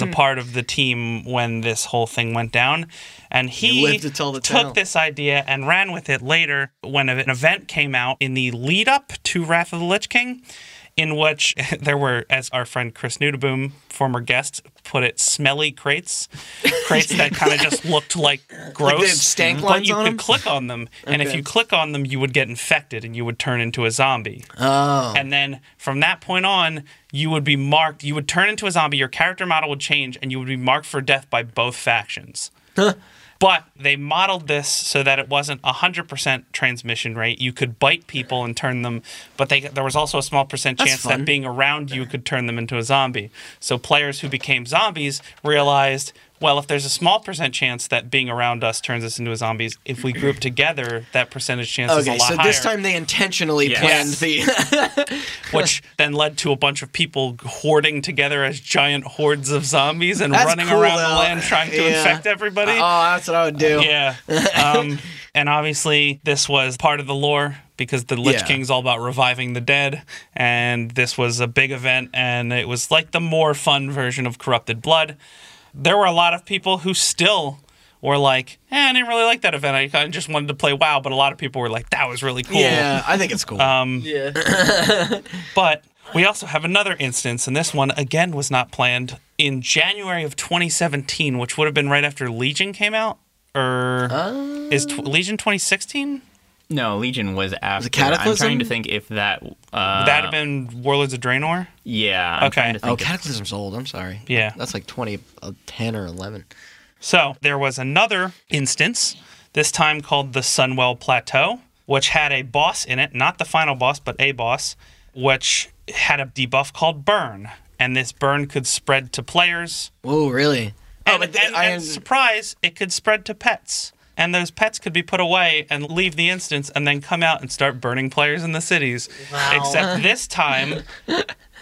a part of the team when this whole thing went down, and he
lived to tell the
took
tale.
this idea and ran with it later when an event came out in the lead up to Wrath of the Lich King. In which there were, as our friend Chris Nudeboom, former guest, put it, smelly crates, crates that kind of just looked like gross,
had stank
but
lines
you
on
could
them?
click on them, and if
Okay.
you click on them, you would get infected and you would turn into a zombie.
Oh.
And then from that point on, you would be marked, you would turn into a zombie, your character model would change, and you would be marked for death by both factions. but they modeled this so that it wasn't 100% transmission rate. You could bite people and turn them, but they, there was also a small percent
That's
chance
fun.
that being around you could turn them into a zombie. So players who became zombies realized. Well, if there's a small percent chance that being around us turns us into a zombies, if we group together, that percentage chance is a
Okay,
lot
so this
higher
time they intentionally
Yes.
planned the.
which then led to a bunch of people hoarding together as giant hordes of zombies and
That's
running
cool,
around
though.
the land trying to
Yeah.
infect everybody.
oh, that's what I would do.
yeah. Um, and obviously, this was part of the lore because the Lich
Yeah.
King's all about reviving the dead. And this was a big event, and it was like the more fun version of Corrupted Blood. There were a lot of people who still were like, eh, I didn't really like that event. I kinda just wanted to play WoW, but a lot of people were like, that was really cool. Um,
Yeah, I think it's cool.
Yeah,
But we also have another instance, and this one again was not planned in January of 2017, which would have been right after Legion came out, or is tw Legion 2016?
No, Legion was after. I'm
Cataclysm?
trying to think if that. Uh,
That'd have been Warlords of Draenor.
Yeah. I'm
Okay.
trying to think
oh,
if-
Cataclysm's old. I'm sorry.
Yeah.
That's like 20, uh, 10 or 11.
So there was another instance, this time called the Sunwell Plateau, which had a boss in it, not the final boss, but a boss, which had a debuff called Burn, and this burn could spread to players.
Whoa, really?
And,
Oh, but th-
and-
I-
and surprise, it could spread to pets. And those pets could be put away and leave the instance and then come out and start burning players in the cities. Except this time,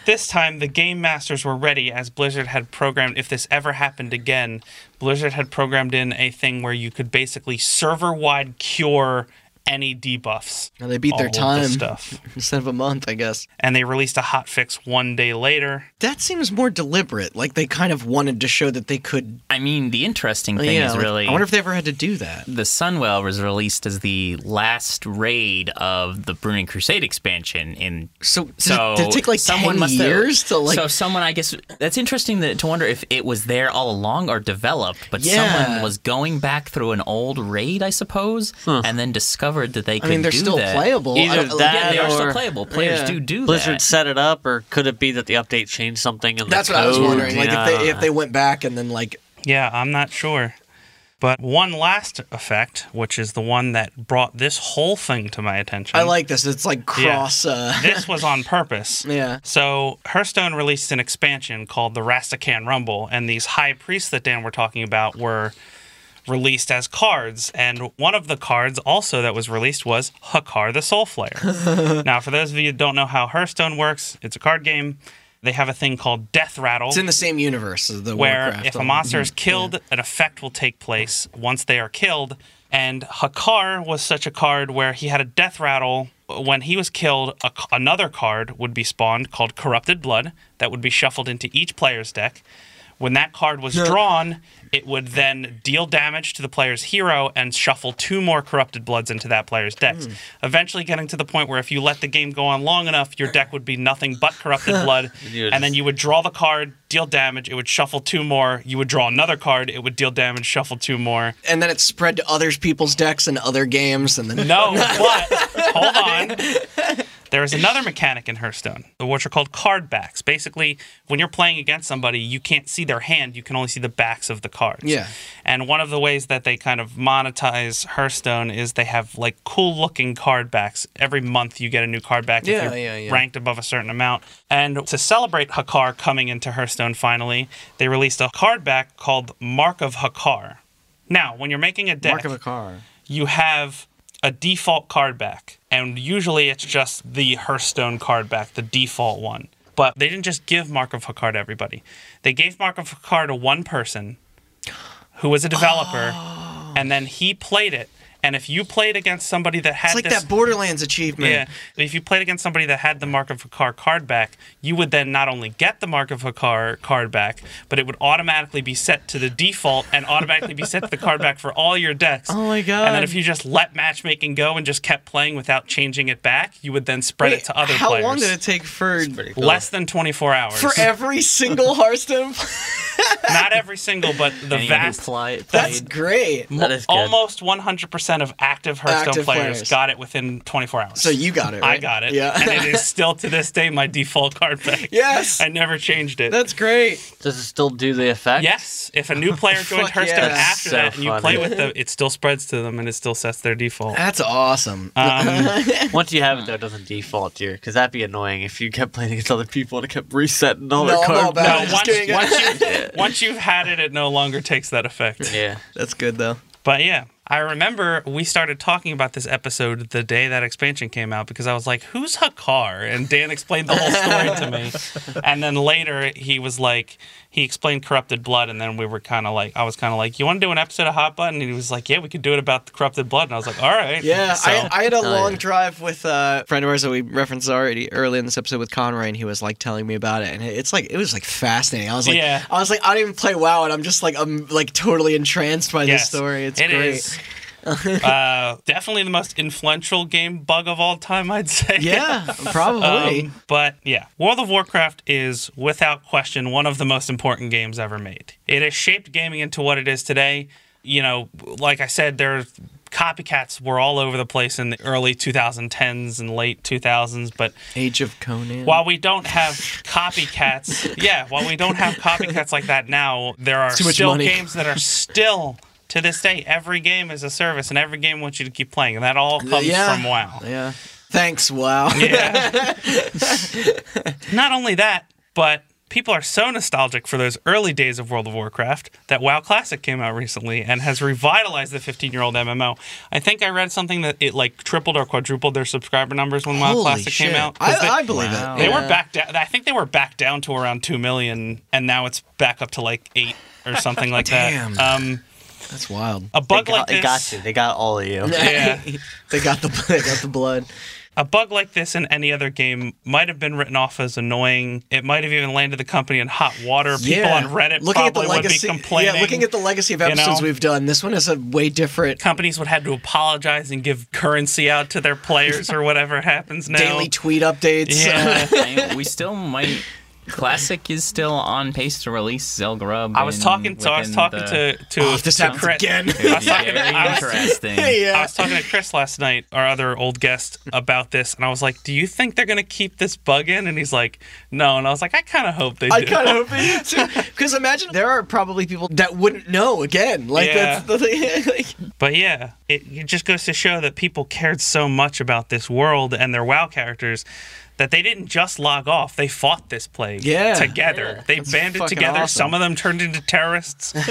this time the game masters were ready as Blizzard had programmed if this ever happened again, Blizzard had programmed in a thing where you could basically server-wide cure any debuffs.
Now they beat their
all of
time
this stuff.
instead of a month, I guess.
And they released a hotfix one day later.
That seems more deliberate. Like they kind of wanted to show that they could.
I mean, the interesting thing
yeah,
is
like,
really.
I wonder if they ever had to do that.
the Sunwell was released as the last raid of the Burning Crusade expansion in
So, did,
so
it, did it take like
someone
10
must have-
years to like.
so someone I guess that's interesting that, to wonder if it was there all along or developed, but
Yeah.
someone was going back through an old raid, I suppose, and then discovered that they could
I mean, they're
do
still
that.
playable. I
Either
don't-
that
Yeah, they are
or-
still playable. Players
Yeah.
do do
Blizzard
that.
set it up, or could it be that the update changed something? In the
That's what I was
code?
wondering. Like if they
Yeah.
if they went back and then like
Yeah, I'm not sure. But one last effect, which is the one that brought this whole thing to my attention.
I like this. It's like cross. Uh,
Mm. this was on purpose.
Yeah.
So Hearthstone released an expansion called the Rastakan Rumble, and these high priests that Dan were talking about were released as cards. And one of the cards also that was released was Hakar the Soul Flayer. now, for those of you who don't know how Hearthstone works, it's a card game. They have a thing called Death Rattle
it's in the same universe as the
where
Warcraft
if a
one.
monster is killed, an effect will take place. Once they are killed, And Hakar was such a card where he had a death rattle. When he was killed, a, another card would be spawned called Corrupted Blood that would be shuffled into each player's deck. When that card was drawn, it would then deal damage to the player's hero and shuffle two more Corrupted Bloods into that player's decks. Eventually, getting to the point where if you let the game go on long enough, your deck would be nothing but Corrupted Blood.
You would
and then you would draw the card, deal damage, it would shuffle two more. You would draw another card, it would deal damage, shuffle two more.
And then it spread to other people's decks and other games, and then
No, but hold on. There is another mechanic in Hearthstone, which are called card backs. Basically, when you're playing against somebody, you can't see their hand, you can only see the backs of the cards.
Yeah.
And one of the ways that they kind of monetize Hearthstone is they have like cool looking card backs. Every month you get a new card back
Yeah,
if you're
yeah, yeah.
ranked above a certain amount. And to celebrate Hakar coming into Hearthstone finally, they released a card back called Mark of Hakar. Now, when you're making a deck,
Mark of a Car.
you have a default card back, and usually it's just the Hearthstone card back, the default one. But they didn't just give Mark of Hakar to everybody. They gave Mark of Hakar to one person who was a developer, and then he played it. And if you played against somebody that had
It's like
this,
that Borderlands achievement.
yeah. If you played against somebody that had the Mark of Hakar card back, you would then not only get the Mark of Hakar card back, but it would automatically be set to the default and automatically be set to the card back for all your decks.
Oh my
And then
God.
if you just let matchmaking go and just kept playing without changing it back, you would then spread it to other
how
players.
long did it take for
Less than 24 hours.
for every single Hearthstone? player?
Not every single, but the
Anyone who
vast.
ply-
That's
played
great.
That is good.
Almost 100% of active Hearthstone
Active
players,
players.
got it within 24 hours.
So you got it. Right?
I got it.
Yeah.
and it is still to this day my default card back.
yes.
I never changed it.
That's great.
Does it still do the effect?
yes. If a new player joined
Fuck
Hearthstone
yes.
after
So
that and you
funny.
play with them, it still spreads to them and it still sets their default.
That's awesome.
Um,
Once you have it, though, it doesn't default to your, because that'd be annoying if you kept playing against other people and it kept resetting all
No,
their
I'm all
cards.
about-
no,
I'm just
once,
kidding.
once you, once you've had it, it no longer takes that effect.
Yeah.
That's good though.
But yeah, I remember we started talking about this episode the day that expansion came out because I was like, "Who's Hakar?" And Dan explained the whole story to me, and then later he was like, he explained corrupted blood, and then we were kind of like, I was kind of like, "You want to do an episode of Hot Button?" And he was like, "Yeah, we could do it about the corrupted blood," and I was like, "All right."
Yeah,
So-
I, I had a long
yeah.
drive with uh, a friend of ours that we referenced already early in this episode with Conroy, and he was like telling me about it, and it- it's like it was like fascinating. I was like,
Yeah.
I was like, I don't even play WoW, and I'm just like, I'm like totally entranced by this
Yes,
story. It's
it
great.
is, uh, definitely the most influential game bug of all time, I'd say.
Yeah, probably.
Um, but yeah, World of Warcraft is without question one of the most important games ever made. It has shaped gaming into what it is today. You know, like I said, there copycats were all over the place in the early 2010s and late 2000s, but
Age of Conan.
while we don't have copycats, yeah, while we don't have copycats like that now, there are
Too much
still
money.
games that are still to this day every game is a service and every game wants you to keep playing and that all comes
Uh, Yeah.
from WoW.
Yeah. Thanks. Wow.
Yeah. Not only that, but people are so nostalgic for those early days of World of Warcraft that WoW Classic came out recently and has revitalized the 15-year-old MMO. I think I read something that it like tripled or quadrupled their subscriber numbers when WoW
Holy
Classic
shit.
came out. 'cause
I,
they,
I believe
Wow.
it.
they
Yeah.
were back down. I think they were back down to around two million, and now it's back up to like eight or something like
Damn.
that. Um,
That's wild.
a
They
bug
got,
like
they
this.
got you. They got all of you.
Yeah.
they got the they got the blood.
A bug like this in any other game might have been written off as annoying. It might have even landed the company in hot water. People
yeah.
on Reddit
looking at the
probably
legacy,
would be complaining.
Yeah, looking at the legacy of
you know?
episodes we've done, this one is a way different.
companies would have to apologize and give currency out to their players or whatever happens now.
Daily tweet updates.
yeah.
I- we still might. Classic is still on pace to release Zelgrub.
I was
in-
talking. So I was
within
talking
the-
to to
Oh, if this
to
happens
Chris-
again.
I was talking.
Very
I was-
interesting.
yeah.
I was talking to Chris last night, our other old guest, about this, and I was like, "Do you think they're gonna keep this bug in?" And he's like, "No," and I was like, "I kind of hope they
I
do."
kind of hope it is too. Because imagine there are probably people that wouldn't know again. Like
Yeah.
that's the thing. like,
But yeah, it, it just goes to show that people cared so much about this world and their WoW characters that they didn't just log off. They fought this plague
Yeah.
together. They banded
fucking
together.
awesome.
Some of them turned into terrorists. you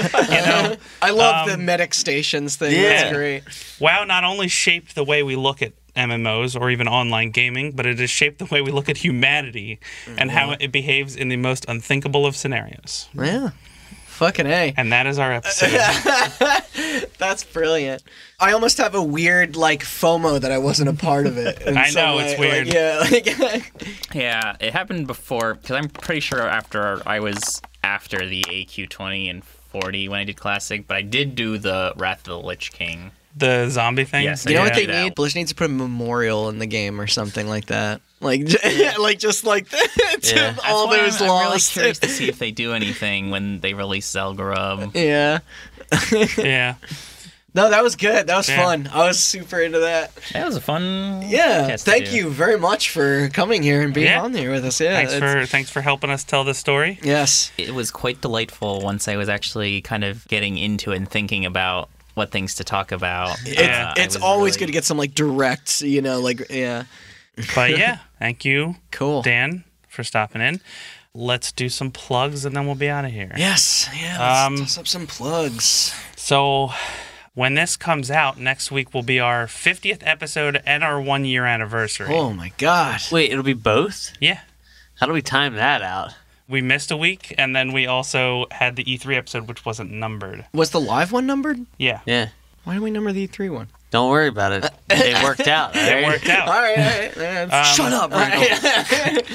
know,
I love
Um,
the medic stations thing. That's
yeah.
great.
WoW not only shaped the way we look at MMOs or even online gaming, but it has shaped the way we look at humanity and how
Mm-hmm.
it behaves in the most unthinkable of scenarios.
Yeah. Fucking A.
And that is our episode.
That's brilliant. I almost have a weird like FOMO that I wasn't a part of it. in
I
some
know, it's
way.
weird.
Like, yeah. Like,
Yeah, it happened before because I'm pretty sure after I was after the AQ twenty and forty when I did classic, but I did do the Wrath of the Lich King.
The zombie thing.
Yes,
you know what
Yeah.
they
Yeah.
need? Blizzard needs to put a memorial in the game or something like that. Like, like just like that. to
Yeah.
That's
all
why
those
I'm, I'm really
lost.
curious to see if they do anything when they release Zelgarub.
yeah.
Yeah.
No, that was good. That was
Yeah.
fun. I was super into that.
That was a fun.
Yeah.
podcast to
Thank
do.
you very much for coming here and being
Yeah.
on there with us. Yeah.
Thanks
it's-
for thanks for helping us tell this story.
Yes.
It was quite delightful once I was actually kind of getting into and thinking about what things to talk about.
It,
Yeah,
it's always good to get some like direct, you know, like yeah.
But yeah, thank you,
Cool.
Dan, for stopping in. Let's do some plugs and then we'll be out of here.
Yes. Yeah. Let's
Um,
toss up some plugs.
So when this comes out, next week will be our 50th episode and our one year anniversary.
Oh my god.
Wait, it'll be both?
Yeah.
How do we time that out?
We missed a week and then we also had the E3 episode, which wasn't numbered.
Was the live one numbered?
Yeah.
Yeah.
Why did we number the E3 one?
Don't worry about it. It worked out.
It worked out.
All right. All right. all right.
Um,
Shut up.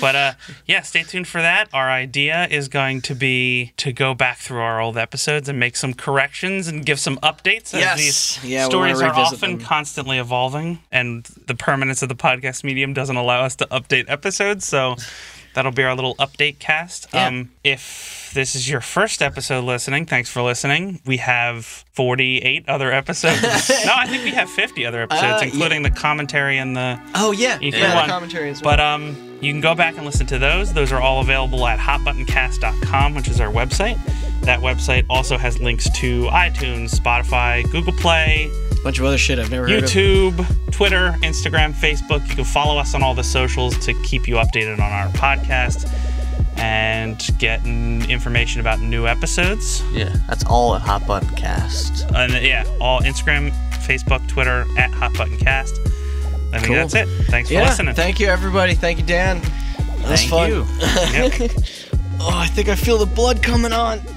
But uh, yeah, stay tuned for that. Our idea is going to be to go back through our old episodes and make some corrections and give some updates. As
Yes.
these
Yeah, we
stories
wanna
are
revisit
often
them.
constantly evolving, and the permanence of the podcast medium doesn't allow us to update episodes. So. That'll be our little update cast.
Yeah.
Um, if this is your first episode listening, thanks for listening. We have 48 other episodes. no, I think we have 50 other episodes,
Uh, yeah.
including the commentary and the
oh yeah.
if
yeah.
you
the
want.
commentary as well.
But um, you can go back and listen to those. Those are all available at hotbuttoncast.com, which is our website. That website also has links to iTunes, Spotify, Google Play,
a bunch of other shit I've never heard of.
YouTube, Twitter, Instagram, Facebook. You can follow us on all the socials to keep you updated on our podcast and get mm, information about new episodes.
Yeah, that's all at Hot Button Cast.
And uh, yeah, all Instagram, Facebook, Twitter at hotbuttoncast. I think
Cool.
that's it. Thanks for
Yeah.
listening.
Thank you everybody. Thank you Dan. That was
Thank
fun.
you.
Yep.
Oh, I think I feel the blood coming on.